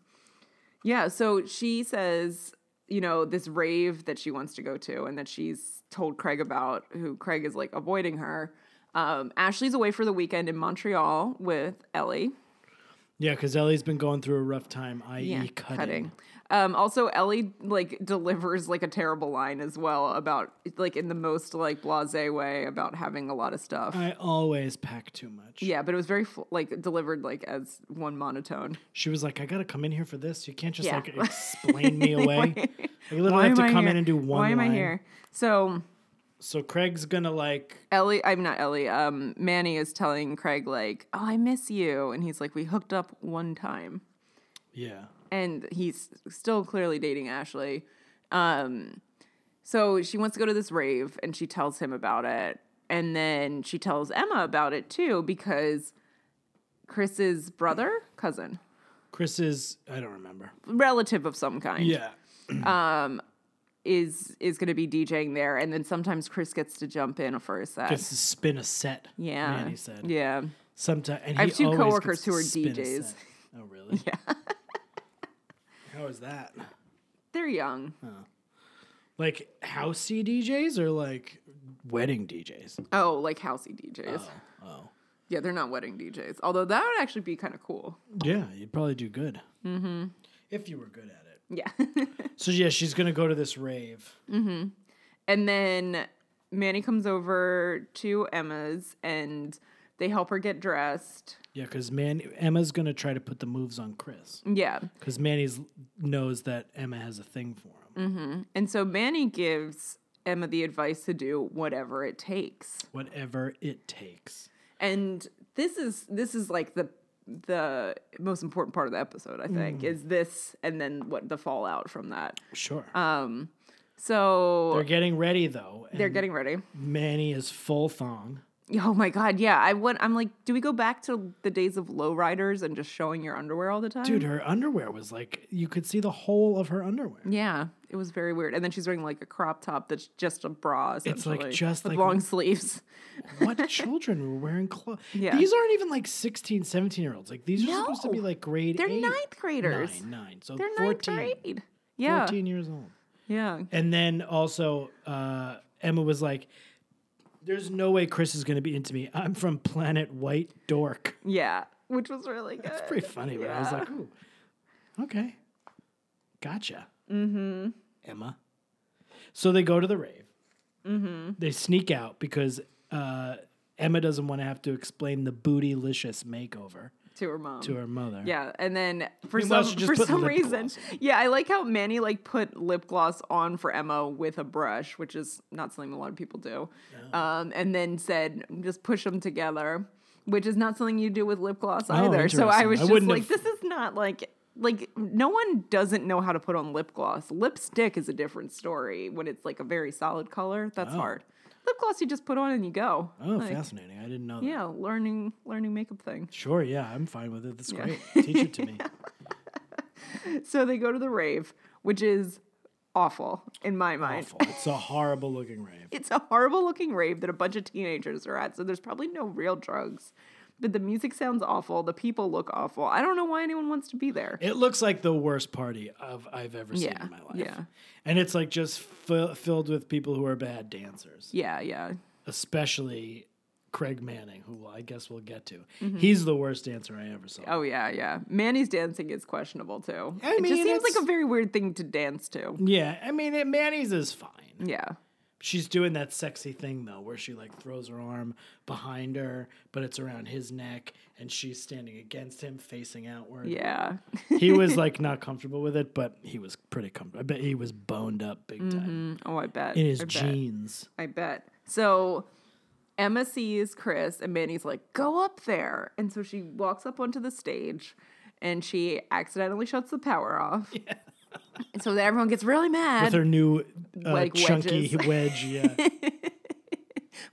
Speaker 2: yeah, so she says, you know, this rave that she wants to go to, and that she's told Craig about, who Craig is like avoiding her. Um, Ashley's away for the weekend in Montreal with Ellie.
Speaker 1: Yeah, because Ellie's been going through a rough time, i.e., cutting.
Speaker 2: Um, also, Ellie like delivers like a terrible line as well about like in the most like blasé way about having a lot of stuff.
Speaker 1: I always pack too much.
Speaker 2: yeah, but it was very fl- like delivered like as one monotone.
Speaker 1: She was like, I got to come in here for this. You can't just
Speaker 2: Yeah.
Speaker 1: like explain me away. Like, you literally have to come in and do one
Speaker 2: Why am I
Speaker 1: line.
Speaker 2: here? So
Speaker 1: So Craig's going to like,
Speaker 2: Ellie, I'm not Ellie. Um, Manny is telling Craig like, "Oh, I miss you," and he's like, "We hooked up one time,"
Speaker 1: yeah.
Speaker 2: and he's still clearly dating Ashley. Um, so she wants to go to this rave, and she tells him about it, and then she tells Emma about it too because Chris's brother, cousin,
Speaker 1: Chris is, I don't remember.
Speaker 2: Mm. relative of some kind,
Speaker 1: Yeah.
Speaker 2: is is going to be DJing there, and then sometimes Chris gets to jump in for a set.
Speaker 1: Gets to spin a set.
Speaker 2: Yeah.
Speaker 1: Manny said.
Speaker 2: Yeah.
Speaker 1: Sometimes. And
Speaker 2: I have
Speaker 1: he
Speaker 2: two
Speaker 1: always
Speaker 2: coworkers
Speaker 1: gets to
Speaker 2: who are
Speaker 1: spin a
Speaker 2: DJs.
Speaker 1: set. Oh, really? Yeah. How is that?
Speaker 2: They're young.
Speaker 1: Like housey DJs or like wedding DJs?
Speaker 2: Oh, like housey DJs.
Speaker 1: Oh.
Speaker 2: Yeah, they're not wedding DJs. Although that would actually be kind of cool.
Speaker 1: Yeah, you'd probably do good. Mm-hmm. If you were good at it.
Speaker 2: Yeah.
Speaker 1: So yeah, she's gonna go to this rave.
Speaker 2: and then Manny comes over to Emma's and they help her get dressed.
Speaker 1: Yeah, because man, Emma's gonna try to put the moves on Chris
Speaker 2: Yeah.
Speaker 1: because Manny's knows that Emma has a thing for him.
Speaker 2: And so Manny gives Emma the advice to do whatever it takes.
Speaker 1: Whatever it takes.
Speaker 2: And this is this is like the the most important
Speaker 1: Mm. Uh,
Speaker 2: part of the episode, I think, is this and then what the fallout from that.
Speaker 1: Sure.
Speaker 2: Um, So
Speaker 1: They're getting ready though. and
Speaker 2: they're getting ready.
Speaker 1: Manny is full thong.
Speaker 2: Oh my god, yeah. I went I'm like, do we go back to the days of lowriders and just showing your underwear all the time?
Speaker 1: Dude, her underwear was like you could see the whole of her underwear.
Speaker 2: Yeah, it was very weird. And then she's wearing like a crop top that's just a bra.
Speaker 1: like,
Speaker 2: essentially,
Speaker 1: just,
Speaker 2: with
Speaker 1: like-
Speaker 2: long sleeves.
Speaker 1: What children were wearing clothes?
Speaker 2: Yeah.
Speaker 1: These aren't even like 16, 17 year olds. Like these are supposed to be
Speaker 2: No.
Speaker 1: like grade
Speaker 2: They're
Speaker 1: eight.
Speaker 2: ninth graders.
Speaker 1: Nine, nine. So
Speaker 2: They're
Speaker 1: 14.
Speaker 2: ninth grade. Yeah.
Speaker 1: 14 years old.
Speaker 2: Yeah.
Speaker 1: And then also, uh, Emma was like, there's no way Chris is going to be into me. I'm from Planet White Dork.
Speaker 2: Yeah. Which was really good.
Speaker 1: It's pretty funny, but I was
Speaker 2: Yeah.
Speaker 1: like, ooh, okay. Gotcha. Mm-hmm. Emma. So they go to the rave. Mm-hmm. They sneak out because uh, Emma doesn't want to have to explain the bootylicious makeover
Speaker 2: to her mom.
Speaker 1: to her mother.
Speaker 2: Yeah, and then for
Speaker 1: Meanwhile,
Speaker 2: some
Speaker 1: she just
Speaker 2: for
Speaker 1: put
Speaker 2: some
Speaker 1: lip
Speaker 2: reason,
Speaker 1: gloss
Speaker 2: yeah, I like how Manny like put lip gloss on for Emma with a brush, which is not something a lot of people do. Um, and then said just push them together, which is not something you do with lip gloss either. So
Speaker 1: Oh,
Speaker 2: I
Speaker 1: interesting.
Speaker 2: was
Speaker 1: I
Speaker 2: just
Speaker 1: wouldn't have-
Speaker 2: like, this is not like like no one doesn't know how to put on lip gloss. Lipstick is a different story when it's like a very solid color. That's hard. Lip gloss you just put on and you go.
Speaker 1: Oh,
Speaker 2: Like,
Speaker 1: fascinating. I didn't know that.
Speaker 2: yeah, learning learning makeup thing.
Speaker 1: Sure, yeah, I'm fine with it. That's
Speaker 2: Yeah.
Speaker 1: great. Teach it to me.
Speaker 2: So they go to the rave, which is awful in my mind.
Speaker 1: Awful. It's a horrible looking rave.
Speaker 2: It's a horrible looking rave that a bunch of teenagers are at. So there's probably no real drugs. But the music sounds awful. The people look awful. I don't know why anyone wants to be there.
Speaker 1: It looks like the worst party of I've ever seen
Speaker 2: Yeah,
Speaker 1: in my life.
Speaker 2: yeah.
Speaker 1: And it's like just fi- filled with people who are bad dancers,
Speaker 2: yeah, yeah.
Speaker 1: especially Craig Manning, who I guess we'll get to.
Speaker 2: Mm-hmm.
Speaker 1: He's the worst dancer I ever saw.
Speaker 2: Oh, yeah, yeah. Manny's dancing is questionable too.
Speaker 1: I
Speaker 2: it just
Speaker 1: mean,
Speaker 2: seems
Speaker 1: it's-
Speaker 2: like a very weird thing to dance to.
Speaker 1: Yeah, I mean, it, Manny's is fine.
Speaker 2: Yeah.
Speaker 1: She's doing that sexy thing though, where she like throws her arm behind her, but it's around his neck, and she's standing against him, facing outward.
Speaker 2: Yeah.
Speaker 1: he was like not comfortable with it, but he was pretty comfortable. I bet he was boned up big time
Speaker 2: oh, I bet.
Speaker 1: in his
Speaker 2: I bet.
Speaker 1: jeans.
Speaker 2: I bet. So Emma sees Chris, and Manny's like, go up there. And so she walks up onto the stage and she accidentally shuts the power off. And so then everyone gets really mad.
Speaker 1: With her new uh,
Speaker 2: Like
Speaker 1: chunky
Speaker 2: wedges.
Speaker 1: wedge, yeah.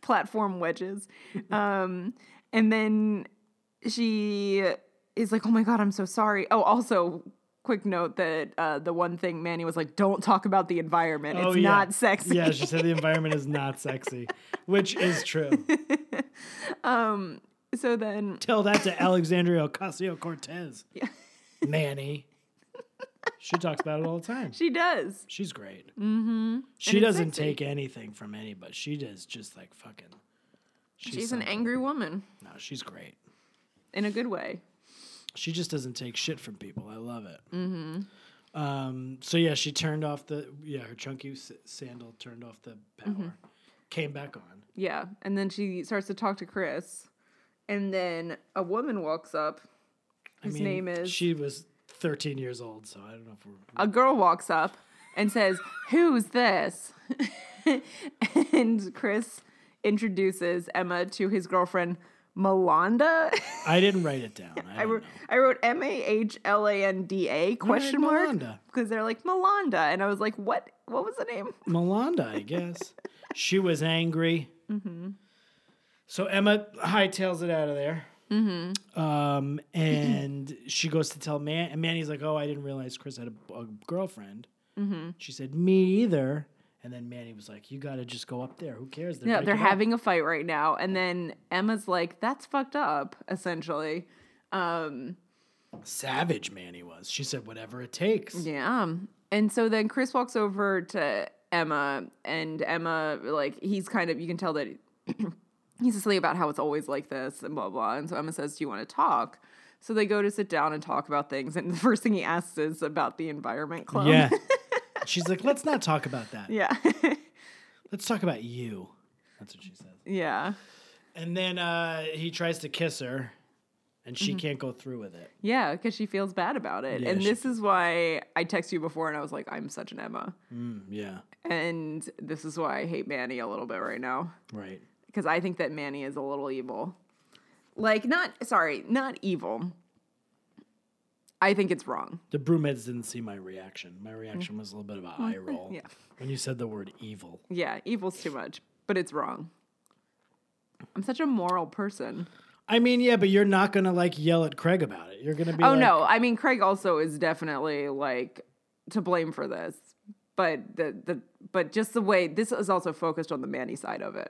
Speaker 2: Platform wedges. Um, and then she is like, oh my God, I'm so sorry. Oh, also, quick note that uh, the one thing Manny was like, don't talk about the environment.
Speaker 1: Oh,
Speaker 2: it's
Speaker 1: yeah.
Speaker 2: not sexy.
Speaker 1: Yeah, she said the environment is not sexy, which is true.
Speaker 2: So then
Speaker 1: Tell that to Alexandria Ocasio Cortez.
Speaker 2: Yeah.
Speaker 1: Manny. She talks about it all the time.
Speaker 2: she does.
Speaker 1: She's great. Mm-hmm. She
Speaker 2: And it's
Speaker 1: doesn't
Speaker 2: sexy.
Speaker 1: take anything from anybody. She does just like fucking.
Speaker 2: She's an
Speaker 1: something.
Speaker 2: angry woman
Speaker 1: No, she's great.
Speaker 2: in a good way.
Speaker 1: She just doesn't take shit from people. I love it. Mm-hmm. Um, so yeah, she turned off the yeah her chunky s- sandal turned off the power,
Speaker 2: Mm-hmm.
Speaker 1: came back on.
Speaker 2: Yeah. And then she starts to talk to Chris. And then a woman walks up.
Speaker 1: I
Speaker 2: His name is-
Speaker 1: she was thirteen years old, so I don't know if we're
Speaker 2: A girl walks up and says, Who's this? and Chris introduces Emma to his girlfriend, Melanda.
Speaker 1: I didn't write it down. I,
Speaker 2: I,
Speaker 1: don't
Speaker 2: wrote,
Speaker 1: know.
Speaker 2: I wrote M A H L A N D A question mark
Speaker 1: Melanda?
Speaker 2: because they're like Melanda, and I was like, what? What was the name?
Speaker 1: Melanda, I guess. she was angry.
Speaker 2: Mm-hmm.
Speaker 1: So Emma hightails it out of there.
Speaker 2: Mm-hmm.
Speaker 1: Um, and she goes to tell Man, and Manny's like, "Oh, I didn't realize Chris had a, a girlfriend."
Speaker 2: Mm-hmm.
Speaker 1: She said, "Me either." And then Manny was like, "You got to just go up there. Who cares?"
Speaker 2: Yeah, they're
Speaker 1: breaking up."
Speaker 2: having a fight right now, and then Emma's like, "That's fucked up," essentially. Um,
Speaker 1: savage. Manny was. She said, "Whatever it takes."
Speaker 2: Yeah. And so then Chris walks over to Emma, and Emma, like, he's kind of, you can tell that he's just something about how it's always like this and blah, blah. And so Emma says, Do you want to talk? So they go to sit down and talk about things. And the first thing he asks is about the environment club.
Speaker 1: Yeah. She's like, "Let's not talk about that.
Speaker 2: yeah.
Speaker 1: Let's talk about you." That's what she says.
Speaker 2: yeah.
Speaker 1: And then uh, he tries to kiss her, and
Speaker 2: Mm-hmm.
Speaker 1: she can't go through with it.
Speaker 2: Yeah. Because she feels bad about it.
Speaker 1: Yeah,
Speaker 2: and
Speaker 1: she
Speaker 2: this is why I texted you before and I was like, I'm such an Emma.
Speaker 1: Yeah,
Speaker 2: And this is why I hate Manny a little bit right now.
Speaker 1: right.
Speaker 2: because I think that Manny is a little evil. Like not sorry, not evil. I think it's wrong.
Speaker 1: The brewmeds didn't see my reaction. My reaction was a little bit of an eye roll
Speaker 2: Mm. Mm-hmm. Yeah.
Speaker 1: when you said the word evil.
Speaker 2: Yeah, evil's too much, but it's wrong. I'm such a moral person.
Speaker 1: I mean, yeah, but you're not gonna like yell at Craig about it. You're gonna be
Speaker 2: Oh
Speaker 1: like,
Speaker 2: no, I mean Craig also is definitely like to blame for this, but the the but just the way this is also focused on the Manny side of it.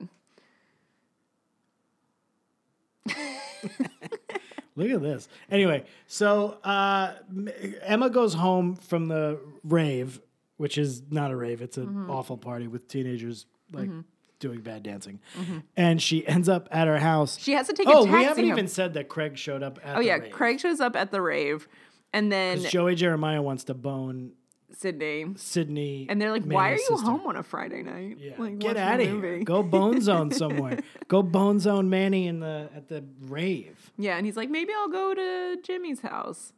Speaker 1: Look at this. Anyway, so uh, M- Emma goes home from the rave, which is not a rave; it's an
Speaker 2: Mm-hmm.
Speaker 1: awful party with teenagers like doing bad dancing, and she ends up at her house.
Speaker 2: Mm-hmm. She has to take a
Speaker 1: oh,
Speaker 2: taxi.
Speaker 1: we haven't
Speaker 2: home.
Speaker 1: even said that Craig showed up. At
Speaker 2: Oh
Speaker 1: the
Speaker 2: yeah,
Speaker 1: rave.
Speaker 2: Craig shows up at the rave, and then
Speaker 1: Joey Jeremiah wants to bone
Speaker 2: Sydney,
Speaker 1: Sydney,
Speaker 2: and they're like,
Speaker 1: Manny's
Speaker 2: "Why are you
Speaker 1: sister.
Speaker 2: home on a Friday night?
Speaker 1: Yeah,
Speaker 2: Like, watch
Speaker 1: get
Speaker 2: the
Speaker 1: out of here.
Speaker 2: movie."
Speaker 1: Go bone zone somewhere. Go bone zone Manny in the at the rave.
Speaker 2: Yeah, and he's like, maybe I'll go to Jimmy's house.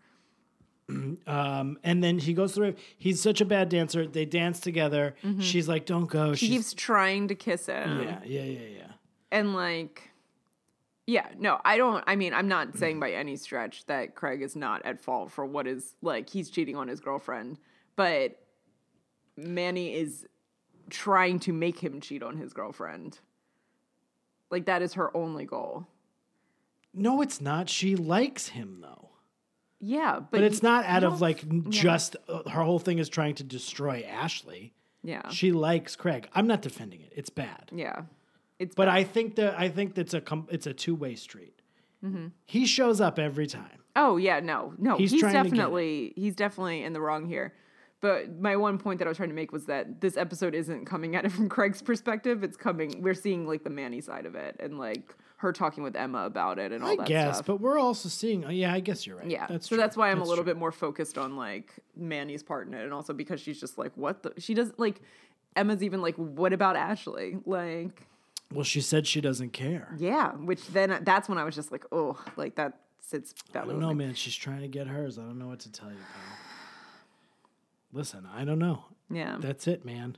Speaker 1: Um, and then he goes to the rave. He's such a bad dancer. They dance together.
Speaker 2: Mm-hmm.
Speaker 1: She's like, "Don't go."
Speaker 2: He
Speaker 1: She's,
Speaker 2: keeps trying to kiss him.
Speaker 1: yeah, yeah, yeah, yeah.
Speaker 2: and like yeah no i don't i mean i'm not saying by any stretch that craig is not at fault for what is like he's cheating on his girlfriend but manny is trying to make him cheat on his girlfriend like that is her only goal
Speaker 1: No, it's not. She likes him though,
Speaker 2: yeah but,
Speaker 1: but it's
Speaker 2: you-
Speaker 1: not out
Speaker 2: you
Speaker 1: of
Speaker 2: don't-
Speaker 1: like n- just uh, her whole thing is trying to destroy Ashley.
Speaker 2: yeah
Speaker 1: She likes Craig. I'm not defending it. It's bad,
Speaker 2: yeah it's
Speaker 1: but I think that I think that's a com- it's a two way street.
Speaker 2: Mm-hmm.
Speaker 1: He shows up every time.
Speaker 2: Oh yeah, no, no,
Speaker 1: He's
Speaker 2: he's,
Speaker 1: trying to get it.
Speaker 2: definitely he's definitely in the wrong here. But my one point that I was trying to make was that this episode isn't coming at it from Craig's perspective. It's coming. We're seeing like the Manny side of it, and like her talking with Emma about it, and all
Speaker 1: I
Speaker 2: that
Speaker 1: guess,
Speaker 2: stuff.
Speaker 1: but we're also seeing. Oh, yeah, I guess you're right.
Speaker 2: yeah,
Speaker 1: that's
Speaker 2: so
Speaker 1: true.
Speaker 2: that's why I'm
Speaker 1: That's
Speaker 2: a little
Speaker 1: true.
Speaker 2: bit more focused on like Manny's part in it, and also because she's just like, what the? She does like Emma's even like, what about Ashley? Like,
Speaker 1: Well, she said she doesn't care.
Speaker 2: yeah, which then that's when I was just like, oh, like that sits
Speaker 1: I
Speaker 2: that
Speaker 1: don't know, man. She's trying to get hers. I don't know what to tell you, pal. Listen, I don't know.
Speaker 2: yeah.
Speaker 1: That's it, man.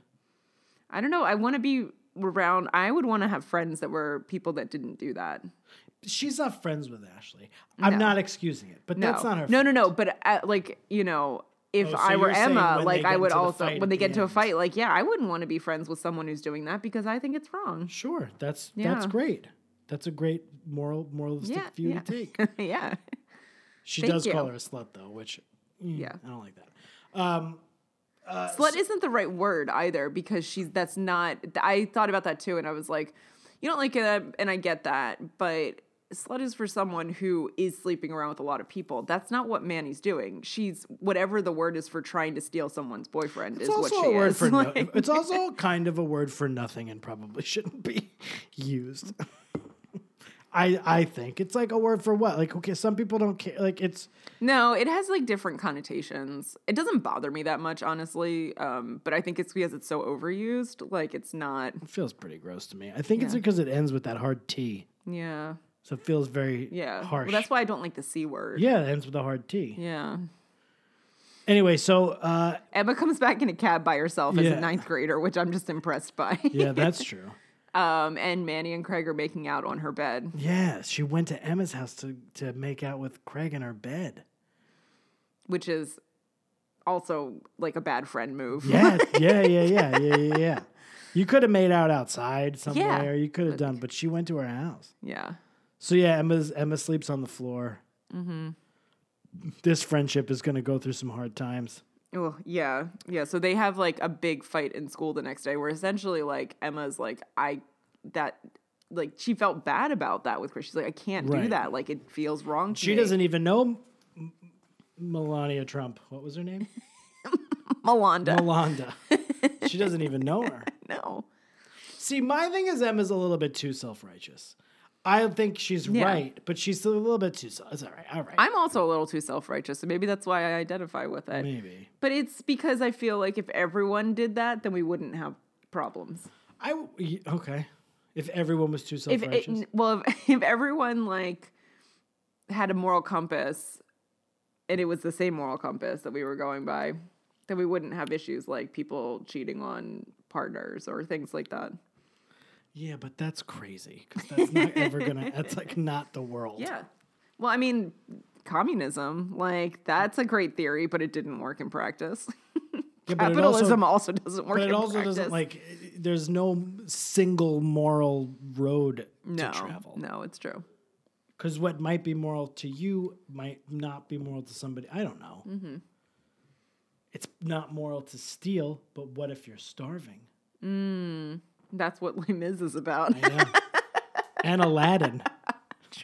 Speaker 2: I don't know. I want to be around. I would want to have friends that were people that didn't do that.
Speaker 1: She's not friends with Ashley. I'm
Speaker 2: No.
Speaker 1: not excusing it, but
Speaker 2: No,
Speaker 1: that's not her.
Speaker 2: no,
Speaker 1: fault.
Speaker 2: no, no. But uh, like you know, if
Speaker 1: Oh, so
Speaker 2: I were
Speaker 1: you're saying
Speaker 2: Emma,
Speaker 1: when they
Speaker 2: like I
Speaker 1: get
Speaker 2: would
Speaker 1: into the
Speaker 2: also
Speaker 1: fight
Speaker 2: when
Speaker 1: at
Speaker 2: they
Speaker 1: the
Speaker 2: get into a
Speaker 1: end.
Speaker 2: fight, like yeah, I wouldn't want to be friends with someone who's doing that because I think it's wrong.
Speaker 1: Sure, that's that's
Speaker 2: Yeah.
Speaker 1: great. That's a great moral moralistic
Speaker 2: Yeah,
Speaker 1: view
Speaker 2: yeah.
Speaker 1: to take.
Speaker 2: yeah,
Speaker 1: She
Speaker 2: Thank
Speaker 1: does call
Speaker 2: you.
Speaker 1: her a slut though, which mm,
Speaker 2: Yeah.
Speaker 1: I don't like that. Um,
Speaker 2: slut isn't the right word either because she's that's not. I thought about that too, and I was like, you don't like it, and I get that, but. Slut is for someone who is sleeping around with a lot of people. That's not what Manny's doing. She's whatever the word is for trying to steal someone's boyfriend
Speaker 1: it's
Speaker 2: is
Speaker 1: also
Speaker 2: what she
Speaker 1: a word
Speaker 2: is.
Speaker 1: for no,
Speaker 2: Like-
Speaker 1: it's also kind of a word for nothing and probably shouldn't be used. I I think it's like a word for what? Like okay, some people don't care. Like it's
Speaker 2: No, it has like different connotations. It doesn't bother me that much, honestly. Um, but I think it's because it's so overused. Like it's not.
Speaker 1: it feels pretty gross to me. I think it's because it ends with that hard T,
Speaker 2: Yeah.
Speaker 1: so it feels very
Speaker 2: Yeah.
Speaker 1: harsh.
Speaker 2: Well, that's why I don't like the c word.
Speaker 1: yeah, it ends with a hard T.
Speaker 2: Yeah.
Speaker 1: Anyway, so uh,
Speaker 2: Emma comes back in a cab by herself as
Speaker 1: Yeah.
Speaker 2: a ninth grader, which I'm just impressed by.
Speaker 1: yeah, that's true.
Speaker 2: um, and Manny and Craig are making out on her bed.
Speaker 1: Yeah, she went to Emma's house to, to make out with Craig in her bed.
Speaker 2: which is also like a bad friend move.
Speaker 1: Yeah, yeah, yeah, yeah, yeah, yeah, yeah. You could have made out outside somewhere. You could have done, but she went to her house.
Speaker 2: Yeah.
Speaker 1: So yeah, Emma's Emma sleeps on the floor. Mm-hmm. This friendship is going to go through some hard times.
Speaker 2: Well, yeah. Yeah. So they have like a big fight in school the next day where essentially like Emma's like, I, that, like she felt bad about that with Chris. She's like, I can't do
Speaker 1: Right.
Speaker 2: that. Like it feels wrong to
Speaker 1: She
Speaker 2: me.
Speaker 1: doesn't even know M- Melania Trump. What was her name?
Speaker 2: Melanda.
Speaker 1: Melanda. she doesn't even know her.
Speaker 2: no.
Speaker 1: See, my thing is Emma's a little bit too self righteous. I think she's
Speaker 2: Yeah.
Speaker 1: right, but she's still a little bit too. Self- it's all right. All right.
Speaker 2: I'm also a little too self righteous. So maybe that's why I identify with it.
Speaker 1: Maybe.
Speaker 2: But it's because I feel like if everyone did that, then we wouldn't have problems.
Speaker 1: I w- y- okay. If everyone was too self
Speaker 2: if it,
Speaker 1: righteous,
Speaker 2: well if, if everyone like had a moral compass and it was the same moral compass that we were going by then we wouldn't have issues like people cheating on partners or things like that
Speaker 1: yeah, but that's crazy because that's not ever gonna. That's like not the world.
Speaker 2: yeah well i mean communism. Like that's a great theory, but it didn't work in practice.
Speaker 1: Yeah, but it also-
Speaker 2: Capitalism also, doesn't work.
Speaker 1: But it
Speaker 2: in
Speaker 1: also
Speaker 2: practice.
Speaker 1: doesn't like. There's no single moral road
Speaker 2: no,
Speaker 1: to travel.
Speaker 2: no, it's true.
Speaker 1: Because what might be moral to you might not be moral to somebody. I don't know.
Speaker 2: Mm-hmm.
Speaker 1: It's not moral to steal, but what if you're starving?
Speaker 2: That's what Les Mis is about.
Speaker 1: Yeah. and Aladdin.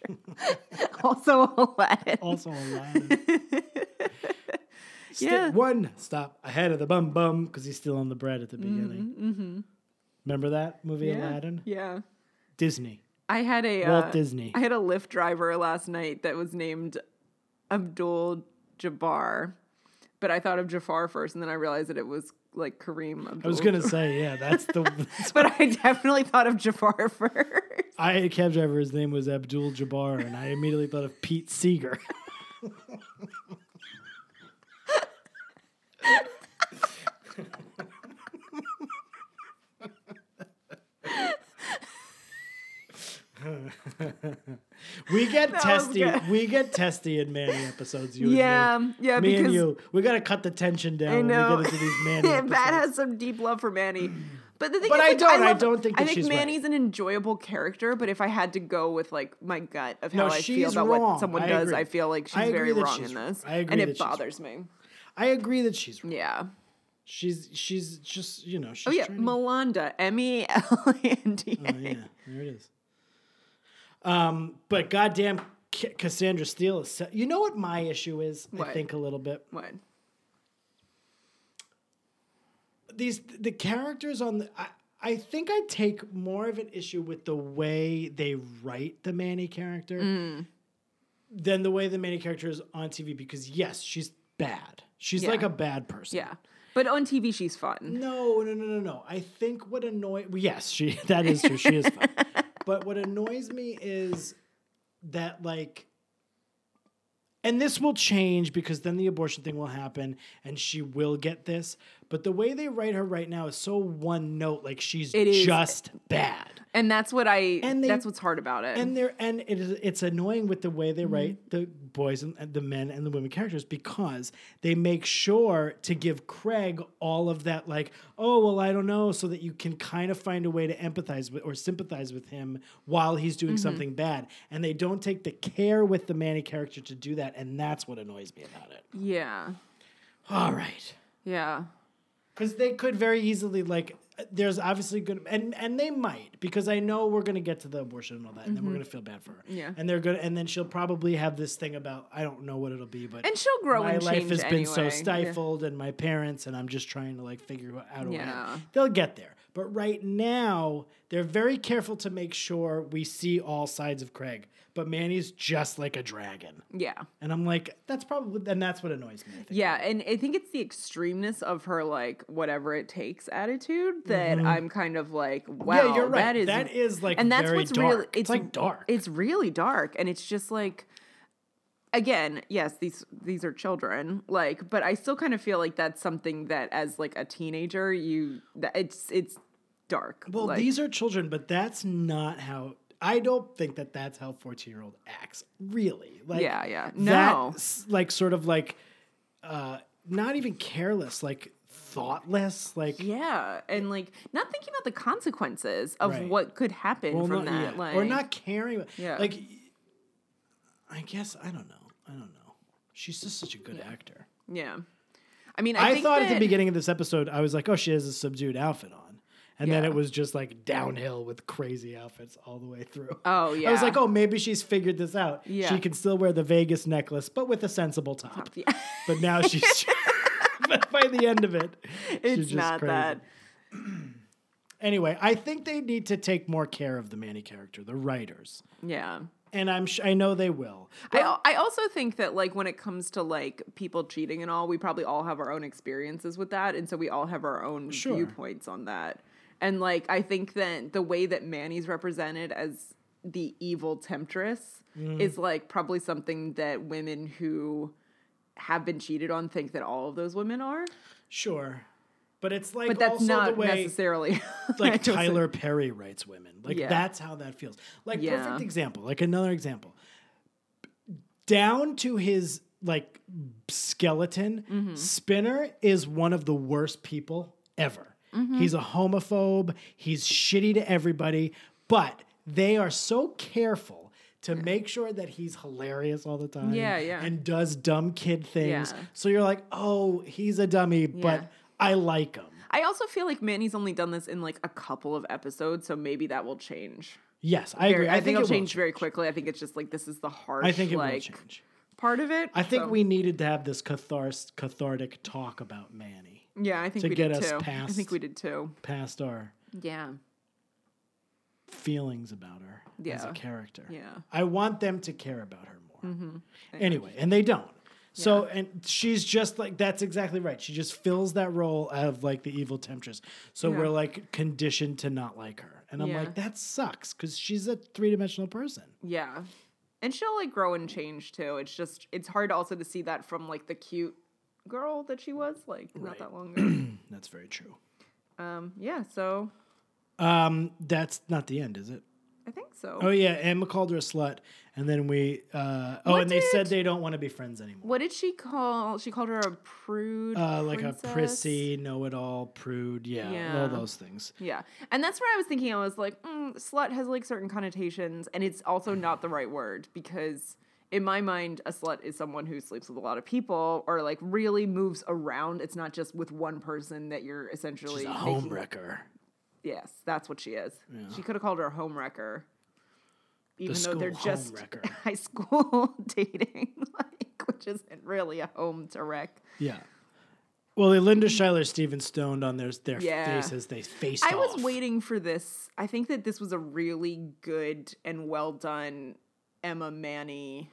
Speaker 2: also, Aladdin.
Speaker 1: Also Aladdin. Sti-
Speaker 2: Yeah.
Speaker 1: One stop ahead of the bum bum because he's stealing the bread at the beginning. Remember that movie,
Speaker 2: Mm-hmm, yeah.
Speaker 1: Aladdin?
Speaker 2: Yeah.
Speaker 1: Disney.
Speaker 2: I had a
Speaker 1: Walt
Speaker 2: uh,
Speaker 1: Disney.
Speaker 2: I had a Lyft driver last night that was named Abdul Jabbar, but I thought of Jafar first, and then I realized that it was like Kareem. Abdul
Speaker 1: I was gonna say, yeah, that's the.
Speaker 2: but I definitely thought of Jafar first.
Speaker 1: I had a cab driver. His name was Abdul Jabbar, and I immediately thought of Pete Seeger. we get
Speaker 2: was
Speaker 1: testy.
Speaker 2: good.
Speaker 1: We get testy in Manny episodes. You
Speaker 2: Yeah,
Speaker 1: and me.
Speaker 2: yeah,
Speaker 1: Me and
Speaker 2: because-
Speaker 1: you. We gotta cut the tension down
Speaker 2: I
Speaker 1: when we
Speaker 2: know.
Speaker 1: Oh, get into these Manny
Speaker 2: Matt
Speaker 1: episodes.
Speaker 2: has some deep love for Manny. But the thing
Speaker 1: But
Speaker 2: is,
Speaker 1: I
Speaker 2: like,
Speaker 1: don't. I
Speaker 2: love-
Speaker 1: don't think that
Speaker 2: I think
Speaker 1: she's right.
Speaker 2: Manny's an enjoyable character. But if I had to go with like my gut of how
Speaker 1: No,
Speaker 2: I feel
Speaker 1: she's
Speaker 2: about
Speaker 1: wrong.
Speaker 2: what someone
Speaker 1: I
Speaker 2: does,
Speaker 1: agree.
Speaker 2: I feel like she's
Speaker 1: I agree
Speaker 2: very
Speaker 1: that
Speaker 2: wrong
Speaker 1: she's
Speaker 2: in
Speaker 1: wrong.
Speaker 2: this,
Speaker 1: I agree
Speaker 2: and
Speaker 1: that
Speaker 2: it
Speaker 1: she's
Speaker 2: bothers me.
Speaker 1: I agree that she's wrong.
Speaker 2: Yeah.
Speaker 1: She's she's just you know she's
Speaker 2: Oh yeah,
Speaker 1: trying to-
Speaker 2: Melanda, M E L A N D
Speaker 1: Oh, yeah, there it is. Um, but goddamn, Ca- Cassandra Steele is. se- You know what my issue is? I
Speaker 2: What?
Speaker 1: think a little bit.
Speaker 2: What?
Speaker 1: These the characters on the. I, I think I take more of an issue with the way they write the Manny character
Speaker 2: Mm.
Speaker 1: than the way the Manny character is on TV. Because yes, she's bad. She's
Speaker 2: Yeah.
Speaker 1: like a bad person.
Speaker 2: Yeah. But on TV, she's fun.
Speaker 1: No, no, no, no, no. I think what annoys well, yes, she that is true. She is fun. but what annoys me is that like and this will change because then the abortion thing will happen and she will get this. But the way they write her right now is so one note, like she's
Speaker 2: It is-
Speaker 1: just bad.
Speaker 2: And that's what I.
Speaker 1: And they-
Speaker 2: that's what's hard about it.
Speaker 1: And they're and it is it's annoying with the way they write the boys and, and the men and the women characters because they make sure to give Craig all of that like oh well I don't know so that you can kind of find a way to empathize with or sympathize with him while he's doing something bad and they don't take the care with the Manny character to do that and that's what annoys me about it.
Speaker 2: yeah.
Speaker 1: All right.
Speaker 2: Yeah.
Speaker 1: Because they could very easily like. There's obviously good, and and they might because I know we're gonna get to the abortion and all that, and then we're gonna feel bad for her.
Speaker 2: Mm-hmm. Yeah.
Speaker 1: and they're gonna, and then she'll probably have this thing about I don't know what it'll be, but
Speaker 2: And she'll grow
Speaker 1: my
Speaker 2: and
Speaker 1: life
Speaker 2: change
Speaker 1: has been so
Speaker 2: anyway. Yeah.
Speaker 1: stifled, and my parents, and I'm just trying to like figure out a
Speaker 2: Yeah.
Speaker 1: way. They'll get there, but right now they're very careful to make sure we see all sides of Craig. But Manny's just like a dragon,
Speaker 2: Yeah.
Speaker 1: and I'm like, that's probably, and that's what annoys me. I think.
Speaker 2: Yeah, and I think it's the extremeness of her like whatever it takes attitude that I'm kind of like, wow,
Speaker 1: Mm-hmm. yeah, you're right.
Speaker 2: that is
Speaker 1: that is like
Speaker 2: and that's
Speaker 1: very
Speaker 2: what's
Speaker 1: dark.
Speaker 2: really
Speaker 1: it's, like dark.
Speaker 2: It's really dark, and it's just like, again, yes, these these are children, like, but I still kind of feel like that's something that as like a teenager, you that it's it's dark.
Speaker 1: Well,
Speaker 2: like,
Speaker 1: these are children, but that's not how. I don't think that that's how fourteen year old acts. Really, like
Speaker 2: Yeah, yeah.
Speaker 1: that
Speaker 2: No.
Speaker 1: s- like sort of like, uh, not even careless, like thoughtless, like
Speaker 2: yeah, and like not thinking about the consequences of
Speaker 1: Right.
Speaker 2: what could happen
Speaker 1: well,
Speaker 2: from
Speaker 1: not-
Speaker 2: that,
Speaker 1: yeah,
Speaker 2: like
Speaker 1: or not caring.
Speaker 2: Yeah.
Speaker 1: like I guess I don't know. I don't know. She's just such a good actor.
Speaker 2: yeah. I mean, I,
Speaker 1: I,
Speaker 2: think
Speaker 1: thought at the
Speaker 2: that-
Speaker 1: beginning of this episode, I was like, oh, she has a subdued outfit on. And then
Speaker 2: Yeah.
Speaker 1: it was just like downhill with crazy outfits all the way through.
Speaker 2: Oh,
Speaker 1: I was
Speaker 2: yeah.
Speaker 1: like, oh, maybe she's figured this out.
Speaker 2: Yeah.
Speaker 1: She can still wear the Vegas necklace, but with a sensible top.
Speaker 2: Yeah.
Speaker 1: But now she's. but by the end of it, she's
Speaker 2: It's
Speaker 1: just
Speaker 2: not
Speaker 1: crazy.
Speaker 2: that.
Speaker 1: Anyway, I think they need to take more care of the Manny character, the writers,
Speaker 2: Yeah.
Speaker 1: and I'm sh- I know they will.
Speaker 2: I, I also think that like when it comes to like people cheating and all, we probably all have our own experiences with that, and so we all have our own
Speaker 1: Sure.
Speaker 2: viewpoints on that. And like I think that the way that Manny's represented as the evil temptress
Speaker 1: Mm.
Speaker 2: is like probably something that women who have been cheated on think that all of those women are,
Speaker 1: Sure, but it's like
Speaker 2: but that's
Speaker 1: also the
Speaker 2: not
Speaker 1: way
Speaker 2: necessarily
Speaker 1: like
Speaker 2: It wasn't-
Speaker 1: Tyler Perry writes women. Like
Speaker 2: Yeah.
Speaker 1: that's how that feels. Like
Speaker 2: Yeah.
Speaker 1: perfect example. Like another example. down to his like skeleton,
Speaker 2: Mm-hmm.
Speaker 1: Spinner is one of the worst people ever.
Speaker 2: Mm-hmm.
Speaker 1: He's a homophobe. He's shitty to everybody, but they are so careful to make sure that he's hilarious all the time
Speaker 2: Yeah, yeah.
Speaker 1: and does dumb kid things.
Speaker 2: Yeah.
Speaker 1: So you're like, "Oh, he's a dummy,
Speaker 2: Yeah.
Speaker 1: but I like him."
Speaker 2: I also feel like Manny's only done this in like a couple of episodes, so maybe that will change.
Speaker 1: Yes, I agree.
Speaker 2: I, think,
Speaker 1: it
Speaker 2: it'll
Speaker 1: will
Speaker 2: change very quickly. I think it's just like this is the harsh
Speaker 1: I think it
Speaker 2: like
Speaker 1: will change.
Speaker 2: part of it.
Speaker 1: I think
Speaker 2: so-
Speaker 1: we needed to have this cathars- cathartic talk about Manny
Speaker 2: yeah, I think
Speaker 1: to
Speaker 2: we
Speaker 1: get
Speaker 2: did
Speaker 1: us
Speaker 2: too. I think
Speaker 1: past-
Speaker 2: we did too.
Speaker 1: past our
Speaker 2: Yeah,
Speaker 1: feelings about her as
Speaker 2: Yeah.
Speaker 1: a character.
Speaker 2: Yeah. Mm-hmm.
Speaker 1: I want them to care about her more. Anyway, and they don't. So and she's just like that's exactly right. She just fills that role of like the evil temptress. So
Speaker 2: Yeah.
Speaker 1: we're like conditioned to not like her. And I'm
Speaker 2: Yeah.
Speaker 1: like that sucks cuz she's a three-dimensional person.
Speaker 2: yeah, and she'll like grow and change too. It's just it's hard also to see that from like the cute girl that she was like not
Speaker 1: Right.
Speaker 2: that long ago.
Speaker 1: That's very true.
Speaker 2: um, yeah, so
Speaker 1: Um that's not the end, is it?
Speaker 2: I think so.
Speaker 1: Oh yeah, Emma called her a slut and then we uh oh
Speaker 2: What
Speaker 1: and they said
Speaker 2: did-
Speaker 1: they don't want to be friends anymore.
Speaker 2: What did she call? She called her a prude,
Speaker 1: Uh, like a
Speaker 2: princess?
Speaker 1: prissy, know-it-all, prude, yeah,
Speaker 2: Yeah.
Speaker 1: all those things.
Speaker 2: Yeah, and that's where I was thinking. I was like, mm, slut has like certain connotations, and it's also not the right word because, in my mind, a slut is someone who sleeps with a lot of people or like really moves around. It's not just with one person that you're essentially.
Speaker 1: She's a
Speaker 2: making-
Speaker 1: homewrecker.
Speaker 2: Yes, that's what she is. She could have called her a homewrecker, even though they're
Speaker 1: school
Speaker 2: just
Speaker 1: homewrecker.
Speaker 2: high school dating, like which isn't really a home to wreck.
Speaker 1: Yeah. Well, they Linda Schuyler, Steven Stoned on their their
Speaker 2: Yeah.
Speaker 1: faces. They faced
Speaker 2: I was
Speaker 1: off.
Speaker 2: waiting for this. I think that this was a really good and well done Emma Manny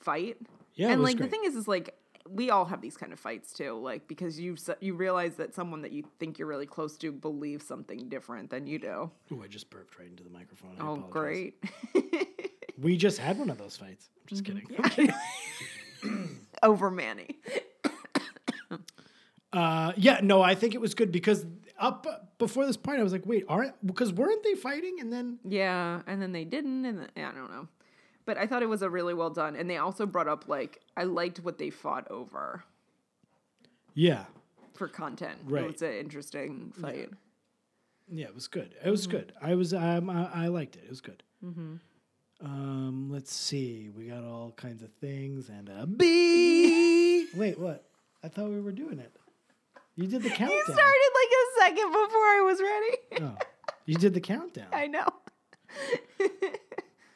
Speaker 2: fight.
Speaker 1: Yeah, it
Speaker 2: and
Speaker 1: was
Speaker 2: like
Speaker 1: great.
Speaker 2: the thing is, is like we all have these kind of fights too. Like because you s- you realize that someone that you think you're really close to believes something different than you do.
Speaker 1: Ooh, I just burped right into the microphone. I
Speaker 2: Oh,
Speaker 1: apologize.
Speaker 2: great!
Speaker 1: We just had one of those fights. I'm
Speaker 2: Mm-hmm.
Speaker 1: just kidding.
Speaker 2: Over Manny.
Speaker 1: Uh, yeah, no, I think it was good because up before this point, I was like, wait, aren't because weren't they fighting? And then
Speaker 2: Yeah, and then they didn't, and then, yeah, I don't know. But I thought it was a really well done, and they also brought up like I liked what they fought over
Speaker 1: yeah,
Speaker 2: for content.
Speaker 1: Right.
Speaker 2: it was an interesting fight.
Speaker 1: yeah, it was good. It was
Speaker 2: Mm-hmm.
Speaker 1: good. I was um, I, I liked it. It was good. Um, let's see. We got all kinds of things and a bee. wait, what? I thought we were doing it. You did the countdown.
Speaker 2: You started like a second before I was ready.
Speaker 1: Oh, you did the countdown.
Speaker 2: I know.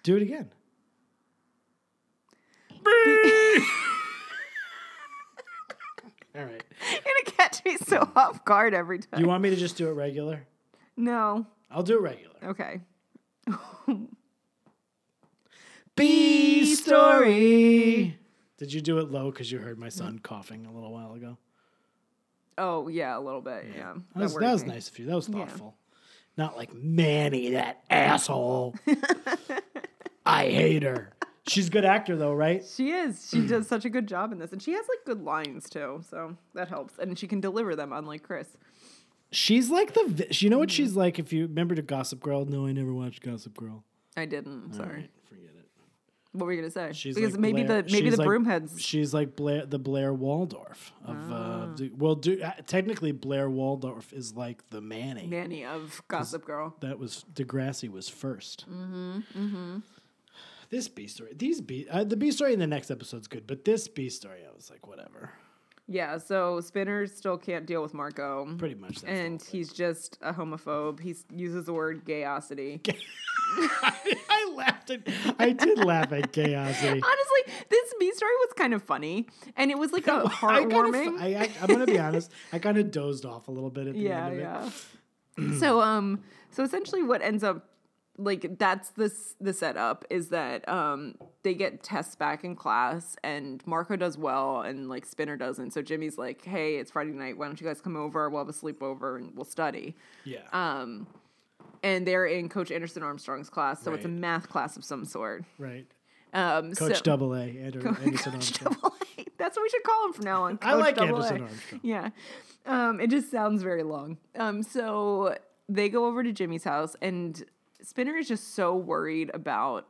Speaker 1: Do it again. All right.
Speaker 2: You're gonna catch me so off guard every time.
Speaker 1: Hmm. You want me to just do it regular?
Speaker 2: no.
Speaker 1: I'll do it regular.
Speaker 2: Okay.
Speaker 1: B story. Did you do it low because you heard my
Speaker 2: Mm-hmm.
Speaker 1: son coughing a little while ago?
Speaker 2: Oh yeah, a little bit. Yeah.
Speaker 1: That was,
Speaker 2: worried
Speaker 1: that was
Speaker 2: me.
Speaker 1: nice of you. That was thoughtful. Not like Manny, that asshole. I hate her. She's a good actor though, right?
Speaker 2: She is. She does such a good job in this, and she has like good lines too, so that helps. And she can deliver them, unlike Chris.
Speaker 1: She's like the. vi- You know
Speaker 2: Mm-hmm.
Speaker 1: what she's like? If you remember to Gossip Girl. No, I never watched Gossip Girl.
Speaker 2: I didn't. Sorry.
Speaker 1: Right, forget it.
Speaker 2: What were you gonna say?
Speaker 1: She's
Speaker 2: because
Speaker 1: like
Speaker 2: maybe
Speaker 1: Blair-
Speaker 2: the maybe
Speaker 1: she's
Speaker 2: the
Speaker 1: like-
Speaker 2: broomheads. Ah.
Speaker 1: She's like Blair, the Blair Waldorf of. Uh, the- well, do, uh, technically, Blair Waldorf is like the Manny.
Speaker 2: Nanny of Gossip Girl.
Speaker 1: That was Degrassi was 1st Mm-hmm. Mm-hmm. This B story, these B, uh, the B story in the next episode's good, but this B story, I was like, whatever.
Speaker 2: Yeah. So Spinner still can't deal with Marco.
Speaker 1: Pretty much. That's
Speaker 2: and he's just a homophobe. He uses the word gayosity.
Speaker 1: I laughed at. I did laugh at chaosity.
Speaker 2: Honestly, this B story was kind of funny, and it was like a
Speaker 1: I kind
Speaker 2: Oh, heartwarming.
Speaker 1: of, I, I, I'm gonna be honest. I kind of dozed off a little bit at the
Speaker 2: yeah,
Speaker 1: end of it.
Speaker 2: yeah. so, um, so essentially, what ends up like that's this the setup is that um they get tests back in class, and Marco does well, and like Spinner doesn't. So Jimmy's like, "Hey, it's Friday night. Why don't you guys come over? We'll have a sleepover and we'll study."
Speaker 1: Yeah.
Speaker 2: Um, and they're in Coach Anderson Armstrong's class, so it's a
Speaker 1: Right.
Speaker 2: math class of some sort.
Speaker 1: right.
Speaker 2: Um,
Speaker 1: Coach
Speaker 2: so-
Speaker 1: Double A, Andrew, Anderson
Speaker 2: Coach
Speaker 1: Armstrong.
Speaker 2: Double A. That's what we should call him from now on.
Speaker 1: I
Speaker 2: Coach
Speaker 1: like
Speaker 2: Double
Speaker 1: Anderson
Speaker 2: A.
Speaker 1: Armstrong.
Speaker 2: Yeah. Um, it just sounds very long. Um, so they go over to Jimmy's house, and Spinner is just so worried about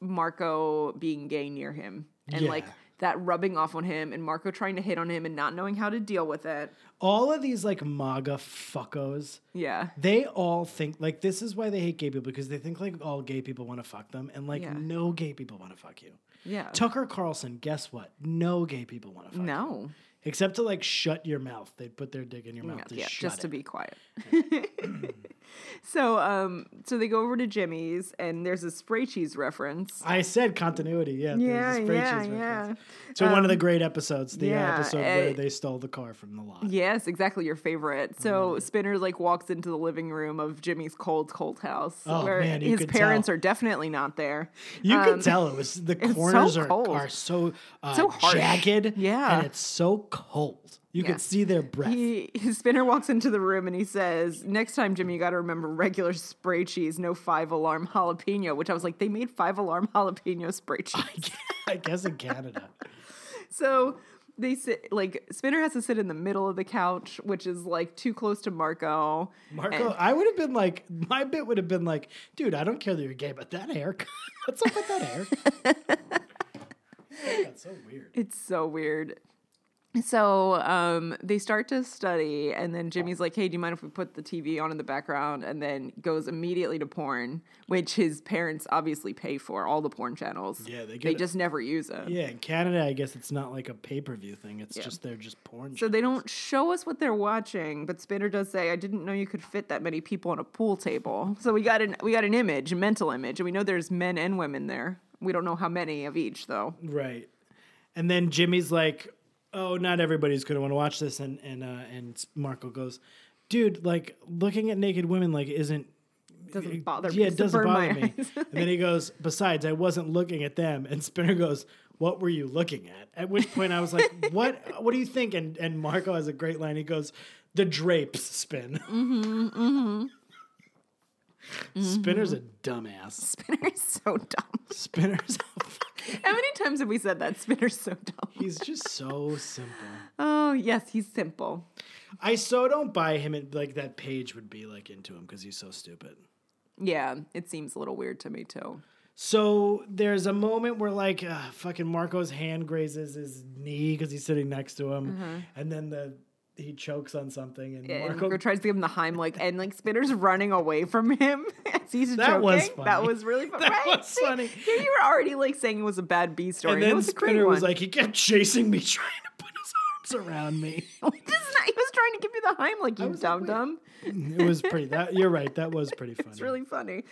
Speaker 2: Marco being gay near him. and like
Speaker 1: Yeah.
Speaker 2: that rubbing off on him and Marco trying to hit on him and not knowing how to deal with it.
Speaker 1: All of these like MAGA fuckos.
Speaker 2: Yeah.
Speaker 1: They all think like this is why they hate gay people because they think like all gay people want to fuck them and like
Speaker 2: Yeah.
Speaker 1: no gay people want to fuck you.
Speaker 2: Yeah.
Speaker 1: Tucker Carlson, guess what? No gay people want to fuck you.
Speaker 2: no.
Speaker 1: Except to like shut your mouth. They'd put their dick in your mouth
Speaker 2: Yeah,
Speaker 1: to
Speaker 2: yeah,
Speaker 1: shut
Speaker 2: just
Speaker 1: it.
Speaker 2: to be quiet. so um so they go over to Jimmy's and there's a spray cheese reference.
Speaker 1: I said continuity. Yeah. there's a
Speaker 2: Yeah,
Speaker 1: spray
Speaker 2: yeah,
Speaker 1: cheese reference.
Speaker 2: yeah.
Speaker 1: So one of the great episodes, the uh,
Speaker 2: yeah,
Speaker 1: episode where
Speaker 2: uh,
Speaker 1: they stole the car from the lot.
Speaker 2: Yes, exactly your favorite.
Speaker 1: Mm-hmm.
Speaker 2: So Spinner like walks into the living room of Jimmy's cold, cold house
Speaker 1: Oh,
Speaker 2: where
Speaker 1: man, you
Speaker 2: his
Speaker 1: could
Speaker 2: parents
Speaker 1: tell.
Speaker 2: are definitely not there.
Speaker 1: You can tell it was the
Speaker 2: um, so
Speaker 1: corners are,
Speaker 2: cold.
Speaker 1: are so uh,
Speaker 2: So harsh.
Speaker 1: jagged.
Speaker 2: Yeah.
Speaker 1: and it's so cold. You
Speaker 2: Yeah.
Speaker 1: could see their breath.
Speaker 2: He Spinner walks into the room and he says, "Next time, Jimmy, you got to remember regular spray cheese, no five alarm jalapeno." Which I was like, they made five alarm jalapeno spray cheese.
Speaker 1: I guess in Canada.
Speaker 2: so they sit like Spinner has to sit in the middle of the couch, which is like too close to Marco.
Speaker 1: Marco, I would have been like, my bit would have been like, dude, I don't care that you're gay, but that haircut, what's up with that haircut? That's so weird.
Speaker 2: It's so weird. So um, they start to study, and then Jimmy's like, "Hey, do you mind if we put the TV on in the background?" And then goes immediately to porn, which his parents obviously pay for all the porn channels.
Speaker 1: Yeah, they
Speaker 2: they
Speaker 1: get-
Speaker 2: just never use them.
Speaker 1: Yeah, in Canada, I guess it's not like a pay per view thing. It's just they're just porn.
Speaker 2: So
Speaker 1: shit.
Speaker 2: they don't show us what they're watching, but Spinner does say, "I didn't know you could fit that many people on a pool table." So we got an we got an image, a mental image, and we know there's men and women there. We don't know how many of each though.
Speaker 1: right. And then Jimmy's like, oh, not everybody's gonna want to watch this, and and uh, and Marco goes, dude, like looking at naked women like isn't
Speaker 2: Doesn't bother me.
Speaker 1: yeah, it
Speaker 2: It's a
Speaker 1: doesn't
Speaker 2: burn my
Speaker 1: bother me.
Speaker 2: eyes.
Speaker 1: and then he goes, besides, I wasn't looking at them. And Spinner goes, what were you looking at? At which point I was like, what, what do you think? And, and Marco has a great line. He goes, the drapes spin.
Speaker 2: Mm-hmm,
Speaker 1: Spinner's a
Speaker 2: Mm-hmm.
Speaker 1: dumbass.
Speaker 2: Spinner's so dumb.
Speaker 1: Spinner's a fucking,
Speaker 2: How many times have we said that? Spinner's so dumb.
Speaker 1: he's just so simple.
Speaker 2: Oh, yes, he's simple.
Speaker 1: I so don't buy him. And like that page would be like into him because he's so stupid.
Speaker 2: Yeah, it seems a little weird to me too.
Speaker 1: So there's a moment where like uh, fucking Marco's hand grazes his knee because he's sitting next to him, and then the he chokes on something, and
Speaker 2: Mm-hmm. And
Speaker 1: Marco
Speaker 2: Marco tries to give him the Heimlich, and like Spinner's running away from him as he's
Speaker 1: That
Speaker 2: joking.
Speaker 1: was
Speaker 2: That
Speaker 1: funny.
Speaker 2: was really funny.
Speaker 1: That
Speaker 2: right?
Speaker 1: was
Speaker 2: See,
Speaker 1: funny.
Speaker 2: Here you were already like saying it was a bad B story.
Speaker 1: and
Speaker 2: it
Speaker 1: then
Speaker 2: was a great
Speaker 1: Spinner was
Speaker 2: one.
Speaker 1: like he kept chasing me, trying to put his arms around me.
Speaker 2: He does not- he was trying to give you the Heimlich, you
Speaker 1: was like,
Speaker 2: dumb
Speaker 1: wait.
Speaker 2: dumb.
Speaker 1: it was pretty. That you're right. That was pretty funny.
Speaker 2: It's really funny.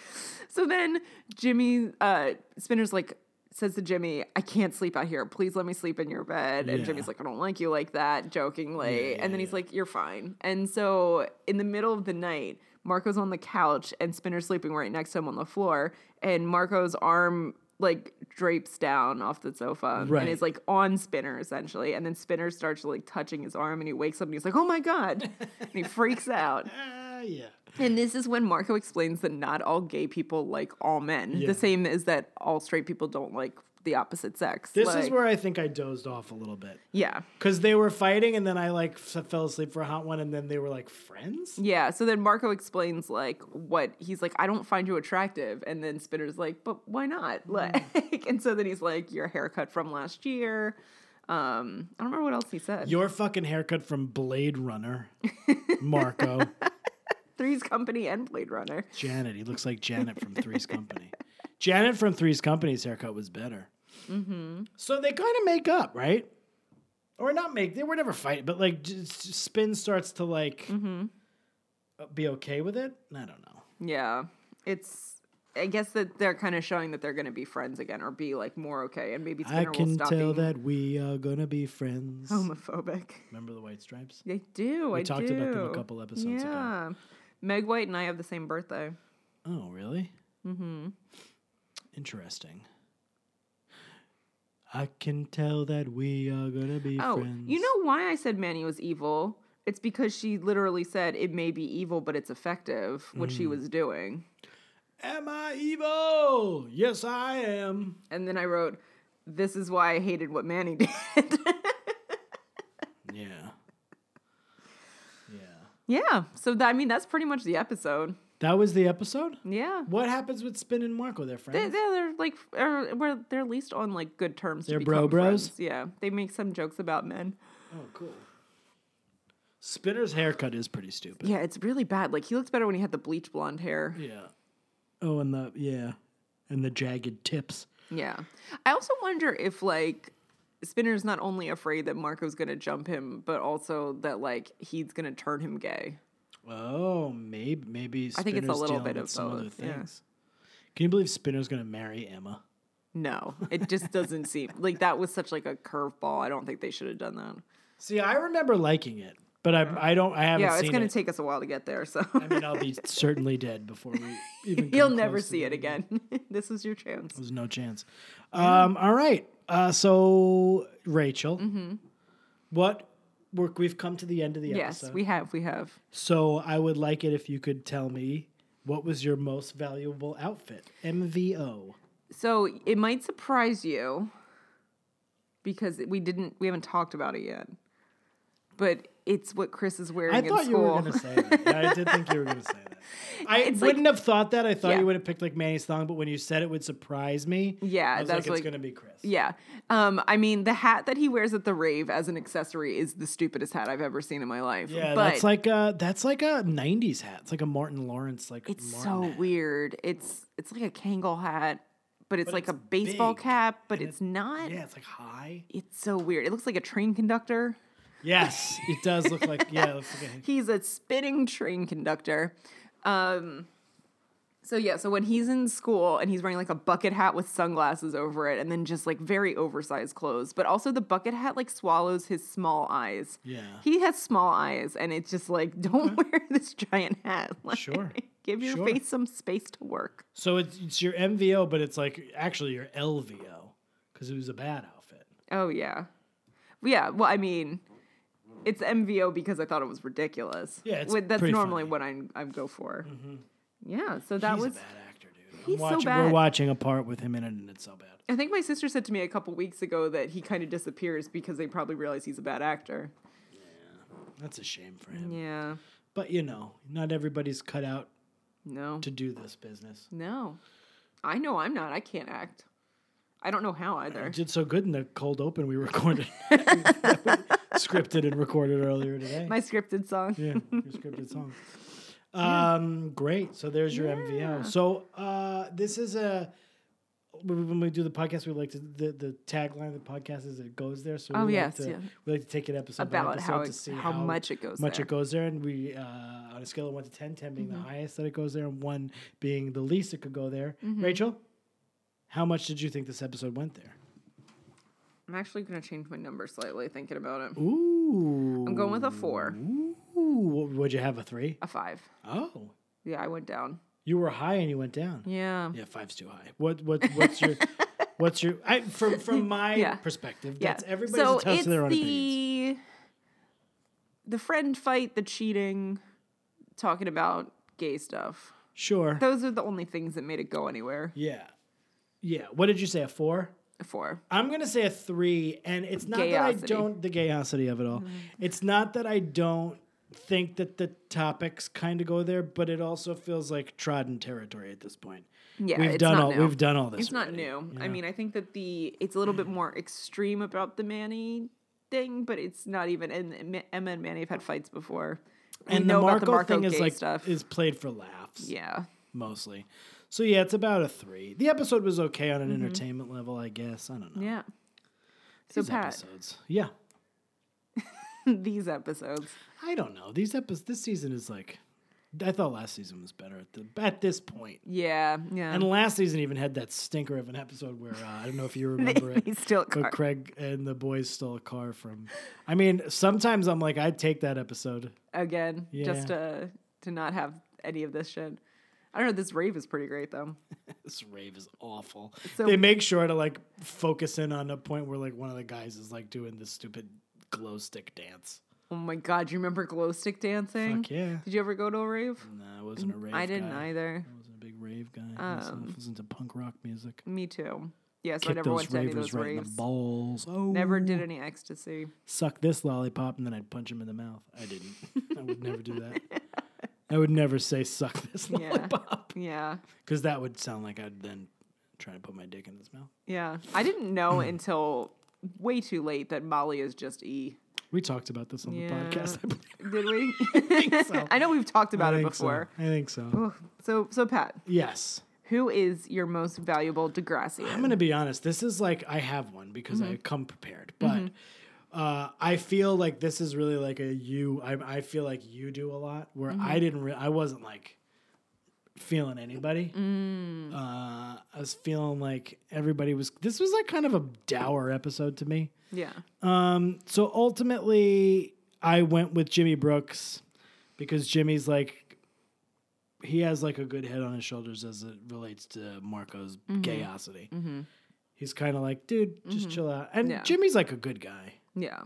Speaker 2: So then Jimmy uh, Spinner's like says to Jimmy, "I can't sleep out here. Please let me sleep in your bed." And
Speaker 1: Yeah.
Speaker 2: Jimmy's like, "I don't like you like that," jokingly.
Speaker 1: yeah,
Speaker 2: and then he's
Speaker 1: yeah.
Speaker 2: like, "You're fine." And so in the middle of the night, Marco's on the couch and Spinner's sleeping right next to him on the floor, and Marco's arm like drapes down off the sofa
Speaker 1: Right.
Speaker 2: and is like on Spinner essentially. And then Spinner starts like touching his arm and he wakes up and he's like, "Oh my god!" and he freaks out.
Speaker 1: Ah, yeah.
Speaker 2: And this is when Marco explains that not all gay people like all men.
Speaker 1: Yeah.
Speaker 2: The same as that all straight people don't like the opposite sex.
Speaker 1: This is
Speaker 2: Like,
Speaker 1: where I think I dozed off a little bit
Speaker 2: yeah.
Speaker 1: because they were fighting, and then I like f- fell asleep for a hot one, and then they were like friends.
Speaker 2: Yeah. So then Marco explains like what he's like, I don't find you attractive. And then Spinner's like, but why
Speaker 1: Mm.
Speaker 2: not? Like and so then he's like, Your haircut from last year. Um, I don't remember what else he said.
Speaker 1: Your fucking haircut from Blade Runner, Marco.
Speaker 2: Three's Company and Blade Runner.
Speaker 1: Janet. He looks like Janet from Three's Company. Janet from Three's Company's haircut was better.
Speaker 2: Mm-hmm.
Speaker 1: So they kind of make up, right? Or not make. They were never fight, but like just Spin starts to like
Speaker 2: Mm-hmm.
Speaker 1: uh, be okay with it. I don't know.
Speaker 2: Yeah. It's I guess that they're kind of showing that they're going to be friends again or be like more okay, and maybe Spinner
Speaker 1: I can
Speaker 2: will stop
Speaker 1: tell
Speaker 2: being Oh
Speaker 1: that we are gonna be friends.
Speaker 2: homophobic.
Speaker 1: Remember the White Stripes?
Speaker 2: They do.
Speaker 1: We
Speaker 2: I
Speaker 1: talked about them a
Speaker 2: do.
Speaker 1: couple episodes ago.
Speaker 2: yeah. Meg White and I have the same birthday.
Speaker 1: Oh, really? Mm-hmm. Interesting. I can tell that we are gonna be
Speaker 2: Oh,
Speaker 1: friends.
Speaker 2: you know why I said Manny was evil? It's because she literally said it may be evil, but it's effective, what
Speaker 1: Mm.
Speaker 2: she was doing.
Speaker 1: Am I evil? Yes, I am.
Speaker 2: And then I wrote, "This is why I hated what Manny did."
Speaker 1: Yeah. Yeah.
Speaker 2: yeah. So that, I mean, that's pretty much the episode.
Speaker 1: That was the episode.
Speaker 2: Yeah.
Speaker 1: What happens with Spin and Marco? They're friends.
Speaker 2: They, yeah, they're like are, we're, they're at least on like good terms.
Speaker 1: They're
Speaker 2: to
Speaker 1: bro
Speaker 2: become
Speaker 1: bros?
Speaker 2: friends. Yeah, they make some jokes about men.
Speaker 1: oh, cool. Spinner's haircut is pretty stupid.
Speaker 2: Yeah, it's really bad. Like he looks better when he had the bleach blonde hair.
Speaker 1: Yeah. Oh, and the yeah, and the jagged tips.
Speaker 2: Yeah, I also wonder if like Spinner's not only afraid that Marco's gonna jump him, but also that like he's gonna turn him gay.
Speaker 1: Oh, maybe maybe. Spinner's
Speaker 2: think it's a little
Speaker 1: dealing
Speaker 2: bit
Speaker 1: with
Speaker 2: of
Speaker 1: some other
Speaker 2: both, yeah.
Speaker 1: things. Can you believe Spinner's gonna marry Emma?
Speaker 2: No, it just doesn't seem like that was such like a curveball. I don't think they should have done that.
Speaker 1: See, I remember liking it, but I I don't I haven't
Speaker 2: yeah, it's
Speaker 1: seen
Speaker 2: gonna
Speaker 1: it.
Speaker 2: take us a while to get there. So
Speaker 1: I mean, I'll be certainly dead before we even. come
Speaker 2: you'll never
Speaker 1: close to
Speaker 2: see
Speaker 1: the
Speaker 2: it
Speaker 1: movie.
Speaker 2: again. this is your chance.
Speaker 1: There's no chance. Um, all right. Uh, so Rachel, what work we've come to the end of the
Speaker 2: Yes,
Speaker 1: episode.
Speaker 2: we have. We have.
Speaker 1: so I would like it if you could tell me what was your most valuable outfit, MVO.
Speaker 2: So it might surprise you because we didn't we haven't talked about it yet. But it's what Chris is wearing
Speaker 1: I
Speaker 2: in
Speaker 1: thought
Speaker 2: school.
Speaker 1: you were going to say that. Yeah, I did think you were going to say that. I
Speaker 2: It's like-
Speaker 1: wouldn't have thought that. I thought
Speaker 2: Yeah.
Speaker 1: you would have picked like Manny's thong, but when you said it would surprise me,
Speaker 2: Yeah,
Speaker 1: I was like,
Speaker 2: that's like-
Speaker 1: it's going to be Chris.
Speaker 2: yeah. Um, I mean, the hat that he wears at the rave as an accessory is the stupidest hat I've ever seen in my life.
Speaker 1: Yeah,
Speaker 2: but
Speaker 1: that's like a that's like a '90s hat. It's like a Martin Lawrence like.
Speaker 2: it's
Speaker 1: Martin
Speaker 2: so
Speaker 1: hat.
Speaker 2: weird. It's it's like a Kangol hat, but it's like
Speaker 1: it's
Speaker 2: a baseball
Speaker 1: big,
Speaker 2: cap, but
Speaker 1: and
Speaker 2: it's not.
Speaker 1: Yeah, it's like high.
Speaker 2: It's so weird. It looks like a train conductor.
Speaker 1: Yes, it does look like yeah. It looks like a,
Speaker 2: He's a spinning train conductor. Um, so yeah, so when he's in school and he's wearing like a bucket hat with sunglasses over it, and then just like very oversized clothes, but also the bucket hat like swallows his small eyes.
Speaker 1: Yeah.
Speaker 2: he has small eyes, and it's just like don't wear this giant hat. Like,
Speaker 1: Sure.
Speaker 2: give your
Speaker 1: Sure.
Speaker 2: face some space to work.
Speaker 1: so it's it's your MVO, but it's like actually your LVO because it was a bad outfit.
Speaker 2: Oh yeah, yeah. Well, I mean. It's MVO because I thought it was ridiculous.
Speaker 1: Yeah, it's
Speaker 2: Wh- that's
Speaker 1: pretty
Speaker 2: normally
Speaker 1: funny. Mm-hmm.
Speaker 2: what I I go for. Yeah, so that
Speaker 1: he's
Speaker 2: was
Speaker 1: a bad actor, dude. I'm
Speaker 2: he's so
Speaker 1: watching, We're
Speaker 2: bad.
Speaker 1: watching a part with him in it, and it's so bad.
Speaker 2: I think my sister said to me a couple weeks ago that he kind of disappears because they probably realize he's a bad actor.
Speaker 1: That's a shame for him.
Speaker 2: Yeah.
Speaker 1: But you know, not everybody's cut out
Speaker 2: No.
Speaker 1: to do this business.
Speaker 2: No. I know I'm not. I can't act. I don't know how either.
Speaker 1: I did so good in the cold open we recorded, scripted and recorded earlier today.
Speaker 2: My scripted song.
Speaker 1: yeah, your scripted song. Um, great. So there's your
Speaker 2: Yeah.
Speaker 1: MVO. So uh, this is a when when we do the podcast, we like to the, the tagline of the podcast is it goes there. So
Speaker 2: Oh,
Speaker 1: we
Speaker 2: yes,
Speaker 1: like to,
Speaker 2: yeah.
Speaker 1: we like to take it episode by
Speaker 2: About
Speaker 1: episode
Speaker 2: how,
Speaker 1: to
Speaker 2: it,
Speaker 1: see
Speaker 2: how, much it goes
Speaker 1: much
Speaker 2: there. Mm-hmm.
Speaker 1: it goes there, and we uh, on a scale of one to 10, 10 being the highest that it goes there, and one being the least it could go there.
Speaker 2: Mm-hmm.
Speaker 1: Rachel, how much did you think this episode went there?
Speaker 2: I'm actually going to change my number slightly thinking about it.
Speaker 1: Ooh,
Speaker 2: I'm going with a Uh, four,
Speaker 1: Ooh, would you have a three?
Speaker 2: a five.
Speaker 1: Oh,
Speaker 2: Yeah, I went down.
Speaker 1: you were high and you went down.
Speaker 2: Yeah.
Speaker 1: Yeah, five's too high. What what what's your what's your I from from my
Speaker 2: Yeah.
Speaker 1: perspective,
Speaker 2: Yeah.
Speaker 1: that's everybody's entitled to their own
Speaker 2: the,
Speaker 1: opinions.
Speaker 2: The friend fight, the cheating, talking about gay stuff.
Speaker 1: Sure.
Speaker 2: Those are the only things that made it go anywhere.
Speaker 1: yeah. Yeah. What did you say? A four?
Speaker 2: Four.
Speaker 1: I'm gonna say a three, and it's not that I
Speaker 2: Gayosity. Mm-hmm.
Speaker 1: don't the gayosity of it all. It's not that I don't think that the topics kind of go there, but it also feels like trodden territory at this point.
Speaker 2: Yeah,
Speaker 1: we've
Speaker 2: it's
Speaker 1: done
Speaker 2: not
Speaker 1: all
Speaker 2: new.
Speaker 1: we've done all this.
Speaker 2: It's not
Speaker 1: already.
Speaker 2: new.
Speaker 1: you
Speaker 2: I
Speaker 1: know?
Speaker 2: mean, I think that the it's a little bit more extreme about the Manny thing, but it's not even. And Ma- Emma and Manny have had fights before. We
Speaker 1: and
Speaker 2: know
Speaker 1: the Marco,
Speaker 2: about the Marco
Speaker 1: thing
Speaker 2: gay
Speaker 1: is like
Speaker 2: stuff.
Speaker 1: is played for laughs.
Speaker 2: yeah,
Speaker 1: mostly. So yeah, it's about a three. The episode was okay on an entertainment level, I guess. I don't know.
Speaker 2: Mm-hmm. yeah. So
Speaker 1: These
Speaker 2: Pat,
Speaker 1: episodes, yeah.
Speaker 2: these episodes.
Speaker 1: I don't know. These episodes. This season is like. I thought last season was better at the at this point.
Speaker 2: Yeah, yeah.
Speaker 1: And last season even had that stinker of an episode where uh, I don't know if you remember
Speaker 2: they
Speaker 1: it.
Speaker 2: still car-
Speaker 1: But Craig and the boys stole a car from. I mean, sometimes I'm like, I'd take that episode.
Speaker 2: again just
Speaker 1: Yeah.
Speaker 2: to to not have any of this shit. I don't know. This rave is pretty great though.
Speaker 1: This rave is awful.
Speaker 2: So-
Speaker 1: they make sure to like focus in on a point where like one of the guys is like doing this stupid glow stick dance.
Speaker 2: Oh my god, you remember glow stick dancing?
Speaker 1: Fuck yeah.
Speaker 2: Did you ever go to a rave?
Speaker 1: No, I wasn't a rave.
Speaker 2: I didn't
Speaker 1: guy.
Speaker 2: either. Um,
Speaker 1: I wasn't a big rave guy. myself. I listened to punk rock music.
Speaker 2: Me too. Yeah, so I
Speaker 1: Kick
Speaker 2: never
Speaker 1: those
Speaker 2: went to any
Speaker 1: ravers
Speaker 2: of those
Speaker 1: right in the
Speaker 2: raves.
Speaker 1: balls. Oh,
Speaker 2: Never did any ecstasy.
Speaker 1: Suck this lollipop, and then I'd punch him in the mouth. I didn't. I would never do that. I would never say suck this
Speaker 2: Yeah.
Speaker 1: lollipop
Speaker 2: Yeah.
Speaker 1: because that would sound like I'd then try to put my dick in his mouth.
Speaker 2: Yeah. I didn't know until way too late that Molly is just E.
Speaker 1: We talked about this on
Speaker 2: Yeah.
Speaker 1: the podcast. I believe.
Speaker 2: Did we?
Speaker 1: so.
Speaker 2: I know we've talked about
Speaker 1: I
Speaker 2: it
Speaker 1: think so.
Speaker 2: before.
Speaker 1: I think so.
Speaker 2: Ugh. So, so Pat,
Speaker 1: Yes.
Speaker 2: who is your most valuable Degrassi?
Speaker 1: I'm going to be honest. This is like I have one because I come prepared, but uh, I feel like this is really like a you. I, I feel like you do a lot where I didn't. Re- I wasn't like feeling anybody. Uh, I was feeling like everybody was. This was like kind of a dour episode to me.
Speaker 2: yeah.
Speaker 1: Um, so ultimately, I went with Jimmy Brooks because Jimmy's like he has like a good head on his shoulders as it relates to Marco's
Speaker 2: Mm-hmm.
Speaker 1: gayosity. He's kind of like, dude, just chill out. And
Speaker 2: Yeah.
Speaker 1: Jimmy's like a good guy.
Speaker 2: Yeah.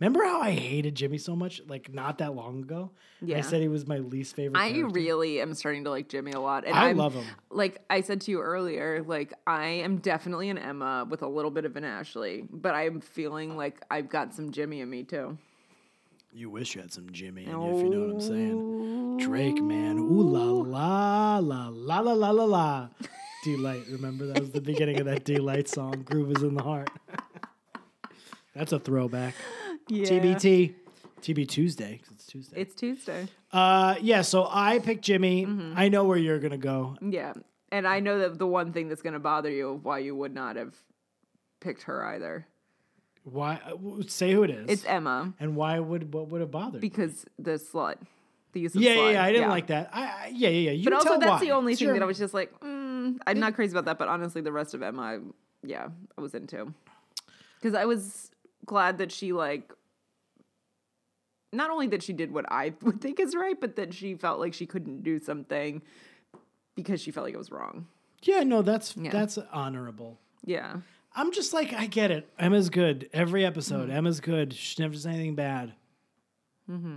Speaker 1: Remember how I hated Jimmy so much? Like not that long ago,
Speaker 2: Yeah.
Speaker 1: I said he was my least favorite.
Speaker 2: I
Speaker 1: character.
Speaker 2: really am starting to like Jimmy a lot. And
Speaker 1: I
Speaker 2: I'm-
Speaker 1: love him.
Speaker 2: Like I said to you earlier, like I am definitely an Emma with a little bit of an Ashley, but I'm feeling like I've got some Jimmy in me too.
Speaker 1: You wish you had some Jimmy, in you, if you know what I'm saying. Drake, man, ooh la la la la la la la la. Delight, remember that was the beginning of that Delight song. Groove is in the heart. That's a throwback.
Speaker 2: Oh, Yeah.
Speaker 1: TBT, TB Tuesday. 'cause It's Tuesday.
Speaker 2: It's Tuesday.
Speaker 1: uh, yeah. So I picked Jimmy.
Speaker 2: Mm-hmm.
Speaker 1: I know where you're gonna go.
Speaker 2: Yeah. And I know that the one thing that's going to bother you of why you would not have picked her either.
Speaker 1: Why? uh, w- Say who it is.
Speaker 2: It's Emma
Speaker 1: and why would what would have bothered? you?
Speaker 2: because the slut, the use of
Speaker 1: yeah,
Speaker 2: slut.
Speaker 1: yeah, yeah. I didn't like that. I, I yeah, yeah, yeah. You
Speaker 2: But
Speaker 1: can
Speaker 2: also,
Speaker 1: tell
Speaker 2: that's
Speaker 1: why.
Speaker 2: the only
Speaker 1: It's
Speaker 2: thing
Speaker 1: your-
Speaker 2: that I was just like, mm, I'm not crazy about that. But honestly, the rest of Emma, I, yeah, I was into because I was glad that she like. Not only that she did what I would think is right, but that she felt like she couldn't do something because she felt like it was wrong.
Speaker 1: Yeah, no, that's
Speaker 2: Yeah.
Speaker 1: that's honorable.
Speaker 2: Yeah.
Speaker 1: I'm just like, I get it. Emma's good. Every episode,
Speaker 2: Mm-hmm.
Speaker 1: Emma's good. She never does anything bad. You know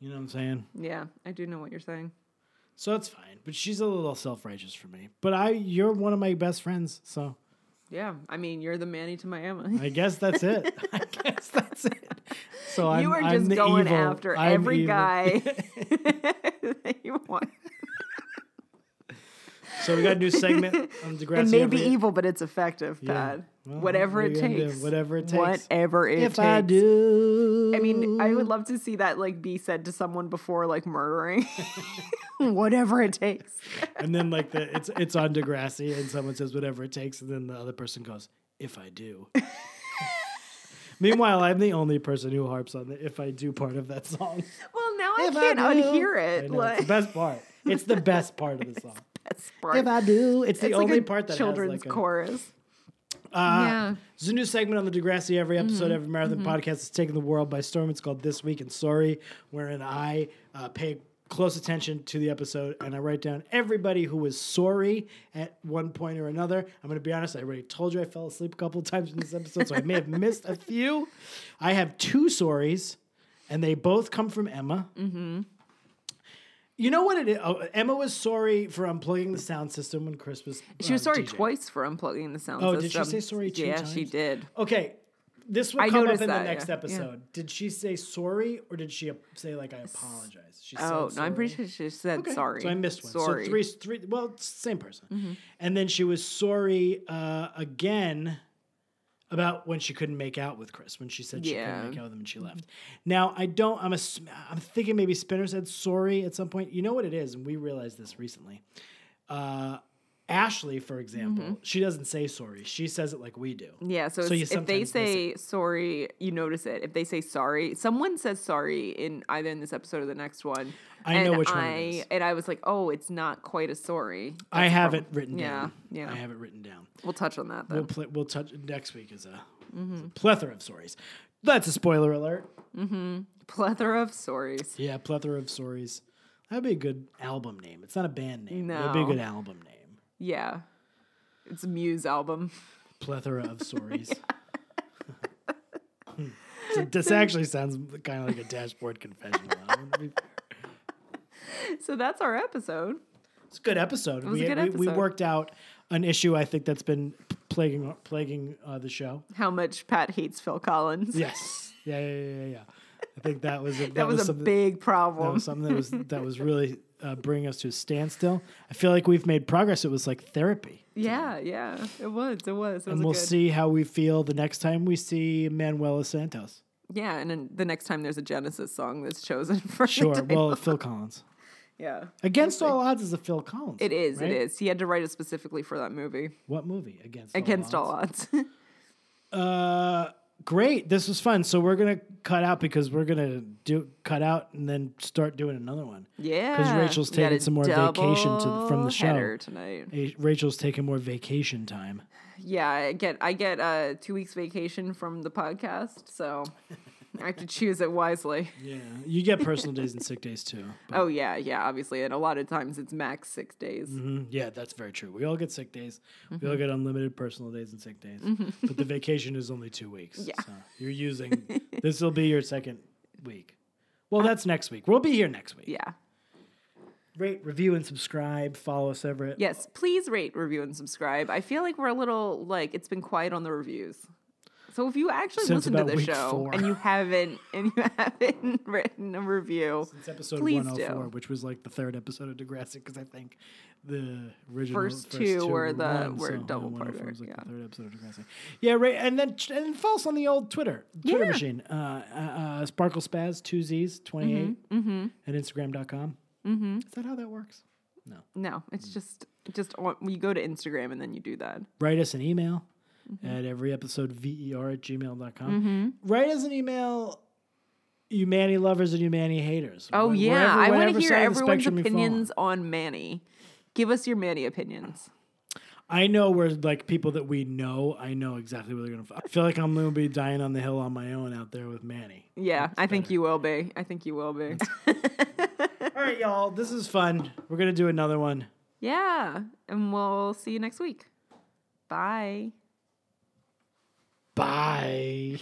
Speaker 1: what I'm saying?
Speaker 2: Yeah. I do know what you're saying.
Speaker 1: So it's fine. But she's a little self righteous for me. But I, you're one of my best friends. So
Speaker 2: Yeah. I mean, you're the Manny to my Emma.
Speaker 1: I guess that's it. I guess that's it. So I'm,
Speaker 2: you are
Speaker 1: I'm
Speaker 2: just
Speaker 1: the
Speaker 2: going
Speaker 1: evil-
Speaker 2: after
Speaker 1: I'm
Speaker 2: every
Speaker 1: evil.
Speaker 2: guy that you want.
Speaker 1: So we got a new segment on Degrassi.
Speaker 2: It may be
Speaker 1: every-
Speaker 2: evil, but it's effective,
Speaker 1: Yeah.
Speaker 2: Pat.
Speaker 1: Well,
Speaker 2: whatever
Speaker 1: what are
Speaker 2: it
Speaker 1: you gonna do?
Speaker 2: takes.
Speaker 1: Whatever it takes.
Speaker 2: Whatever it
Speaker 1: If
Speaker 2: takes.
Speaker 1: I do.
Speaker 2: I mean, I would love to see that like be said to someone before like murdering. whatever it takes.
Speaker 1: and then like the it's it's on Degrassi, and someone says whatever it takes, and then the other person goes, "If I do." Meanwhile, I'm the only person who harps on the "If I do" part of that song.
Speaker 2: Well, now
Speaker 1: If
Speaker 2: I can't
Speaker 1: do.
Speaker 2: unhear
Speaker 1: I
Speaker 2: it.
Speaker 1: know, it's
Speaker 2: Like,
Speaker 1: the best part. It's the best part of the song.
Speaker 2: that's smart.
Speaker 1: If I do, it's, the
Speaker 2: it's
Speaker 1: only
Speaker 2: like a
Speaker 1: part that
Speaker 2: children's
Speaker 1: has like a,
Speaker 2: chorus.
Speaker 1: Uh,
Speaker 2: Yeah.
Speaker 1: There's a new segment on the Degrassi every episode,
Speaker 2: Mm-hmm.
Speaker 1: every marathon podcast is taking the world by storm. It's called This Week in Sorry, wherein I uh, pay close attention to the episode and I write down everybody who was sorry at one point or another. I'm going to be honest, I already told you I fell asleep a couple of times in this episode, so I may have missed a few. I have two sorries, and they both come from Emma.
Speaker 2: Mm-hmm.
Speaker 1: You know what it is? Oh, Emma was sorry for unplugging the sound system when Chris was.
Speaker 2: She was
Speaker 1: uh,
Speaker 2: sorry
Speaker 1: DJing.
Speaker 2: twice for unplugging the sound
Speaker 1: Oh, did she
Speaker 2: system.
Speaker 1: say sorry two
Speaker 2: Yeah,
Speaker 1: times?
Speaker 2: she did.
Speaker 1: Okay, this will
Speaker 2: I
Speaker 1: come up in
Speaker 2: noticed
Speaker 1: the
Speaker 2: that,
Speaker 1: next
Speaker 2: yeah, yeah.
Speaker 1: episode. Did she say sorry or did she ap- say like I apologize? She said
Speaker 2: Oh, no, I'm pretty
Speaker 1: sorry.
Speaker 2: sure she said
Speaker 1: Okay,
Speaker 2: sorry.
Speaker 1: So I missed one.
Speaker 2: Sorry. Mm-hmm.
Speaker 1: So three, three. Well, it's the same person. And then she was sorry uh, again about when she couldn't make out with Chris. When she said she
Speaker 2: Yeah.
Speaker 1: couldn't make out with him and she left. Now I don't. I'm a. I'm thinking maybe Spinner said sorry at some point. You know what it is, and we realized this recently. Uh, Ashley, for example, she doesn't say sorry. She says it like we do.
Speaker 2: Mm-hmm. Yeah, so,
Speaker 1: So
Speaker 2: it's-
Speaker 1: you
Speaker 2: if they
Speaker 1: sometimes miss
Speaker 2: say sorry, you notice it. If they say sorry, someone says sorry in either in this episode or the next one.
Speaker 1: I know
Speaker 2: and
Speaker 1: which one
Speaker 2: I,
Speaker 1: it is.
Speaker 2: And I was like, oh, it's not quite a sorry.
Speaker 1: I
Speaker 2: That's a
Speaker 1: have
Speaker 2: problem.
Speaker 1: it written
Speaker 2: Yeah,
Speaker 1: down.
Speaker 2: yeah.
Speaker 1: I have it written down.
Speaker 2: We'll touch on that
Speaker 1: We'll,
Speaker 2: then.
Speaker 1: pl- we'll touch next week is a,
Speaker 2: Mm-hmm.
Speaker 1: is a plethora of stories. That's a spoiler alert.
Speaker 2: Plethora of sorries.
Speaker 1: Yeah, plethora of stories. That'd be a good album name. It's not a band name. It'd be a
Speaker 2: No.
Speaker 1: good album name.
Speaker 2: Yeah, it's a Muse album.
Speaker 1: Plethora of stories. So this actually sounds kind of like a dashboard confessional. album.
Speaker 2: So that's our episode.
Speaker 1: It's a good episode.
Speaker 2: was
Speaker 1: we,
Speaker 2: a good
Speaker 1: we- we
Speaker 2: episode.
Speaker 1: worked out an issue I think that's been plaguing plaguing uh, the show.
Speaker 2: How much Pat hates Phil Collins.
Speaker 1: Yes. Yeah, yeah, yeah, yeah, yeah. I think that was a, that,
Speaker 2: That was, a
Speaker 1: something,
Speaker 2: big
Speaker 1: that
Speaker 2: problem.
Speaker 1: was something that was that was really uh, bringing us to a standstill. I feel like we've made progress. It was like therapy,
Speaker 2: yeah, yeah. It was. It was. It was
Speaker 1: and we'll
Speaker 2: good.
Speaker 1: see how we feel the next time we see Manuela Santos.
Speaker 2: Yeah, and then the next time there's a Genesis song that's chosen for
Speaker 1: Sure.
Speaker 2: The title.
Speaker 1: Well, Phil Collins.
Speaker 2: yeah,
Speaker 1: Against all odds is a Phil Collins.
Speaker 2: it is.
Speaker 1: right?
Speaker 2: It is. He had to write it specifically for that movie.
Speaker 1: What movie? Against
Speaker 2: Against
Speaker 1: all odds.
Speaker 2: all odds.
Speaker 1: Uh, great. This was fun. So we're gonna cut out because we're gonna do cut out and then start doing another one.
Speaker 2: yeah,
Speaker 1: Rachel's
Speaker 2: We got
Speaker 1: taking
Speaker 2: a
Speaker 1: some more vacation to- from the show.
Speaker 2: doubleheader tonight.
Speaker 1: Eh, Rachel's taking more vacation time.
Speaker 2: Yeah, I get I get uh, two weeks vacation from the podcast, so I have to choose it wisely.
Speaker 1: Yeah, you get personal days and sick days too. But,
Speaker 2: Oh yeah, yeah, obviously, and a lot of times it's max six days.
Speaker 1: Mhm, yeah, that's very true. We all get sick days. We
Speaker 2: Mm-hmm.
Speaker 1: all get unlimited personal days and sick days. But the vacation is only two weeks.
Speaker 2: Yeah.
Speaker 1: So you're using this will be your second week. Well, that's next week. We'll be here next week.
Speaker 2: Uh, Yeah.
Speaker 1: Rate, review, and subscribe. Follow us everywhere.
Speaker 2: Yes, please rate, review, and subscribe. I feel like we're a little like it's been quiet on the reviews. So if you actually
Speaker 1: Since
Speaker 2: listen to
Speaker 1: about
Speaker 2: the
Speaker 1: week
Speaker 2: show
Speaker 1: four.
Speaker 2: and you haven't and you haven't written a review,
Speaker 1: It's episode
Speaker 2: Please
Speaker 1: 104,
Speaker 2: do.
Speaker 1: which was like the third episode of Degrassi, because I think the original
Speaker 2: First two were the-
Speaker 1: one,
Speaker 2: were
Speaker 1: yeah,
Speaker 2: double
Speaker 1: 104
Speaker 2: parter,
Speaker 1: was like
Speaker 2: yeah.
Speaker 1: the third episode of Degrassi. Yeah, right. And then ch- and follow us on the old Twitter, Twitter
Speaker 2: Yeah.
Speaker 1: machine, uh, uh, uh, Sparkle Spaz two Z's twenty
Speaker 2: Mm-hmm,
Speaker 1: at Instagram.com. Mm-hmm. Is that how that works?
Speaker 2: no,
Speaker 1: Mm.
Speaker 2: it's just just on, you go to Instagram and then you do that.
Speaker 1: Write us an email
Speaker 2: Mm-hmm.
Speaker 1: at every episode ver at gmail.com. com. Write us an email. You Manny lovers and you Manny haters.
Speaker 2: Oh
Speaker 1: Wh-
Speaker 2: yeah,
Speaker 1: wherever-
Speaker 2: I want
Speaker 1: whatever
Speaker 2: to hear
Speaker 1: side of the
Speaker 2: everyone's
Speaker 1: spectrum you fall on.
Speaker 2: opinions on Manny. Give us your Manny opinions.
Speaker 1: I know where like people that we know. I know exactly where they're gonna. F- I feel like I'm gonna be dying on the hill on my own out there with Manny.
Speaker 2: Yeah, I think you will be. I think you will be.
Speaker 1: All right, y'all. This is fun. We're gonna do another one.
Speaker 2: yeah, and we'll see you next week. Bye.
Speaker 1: Bye.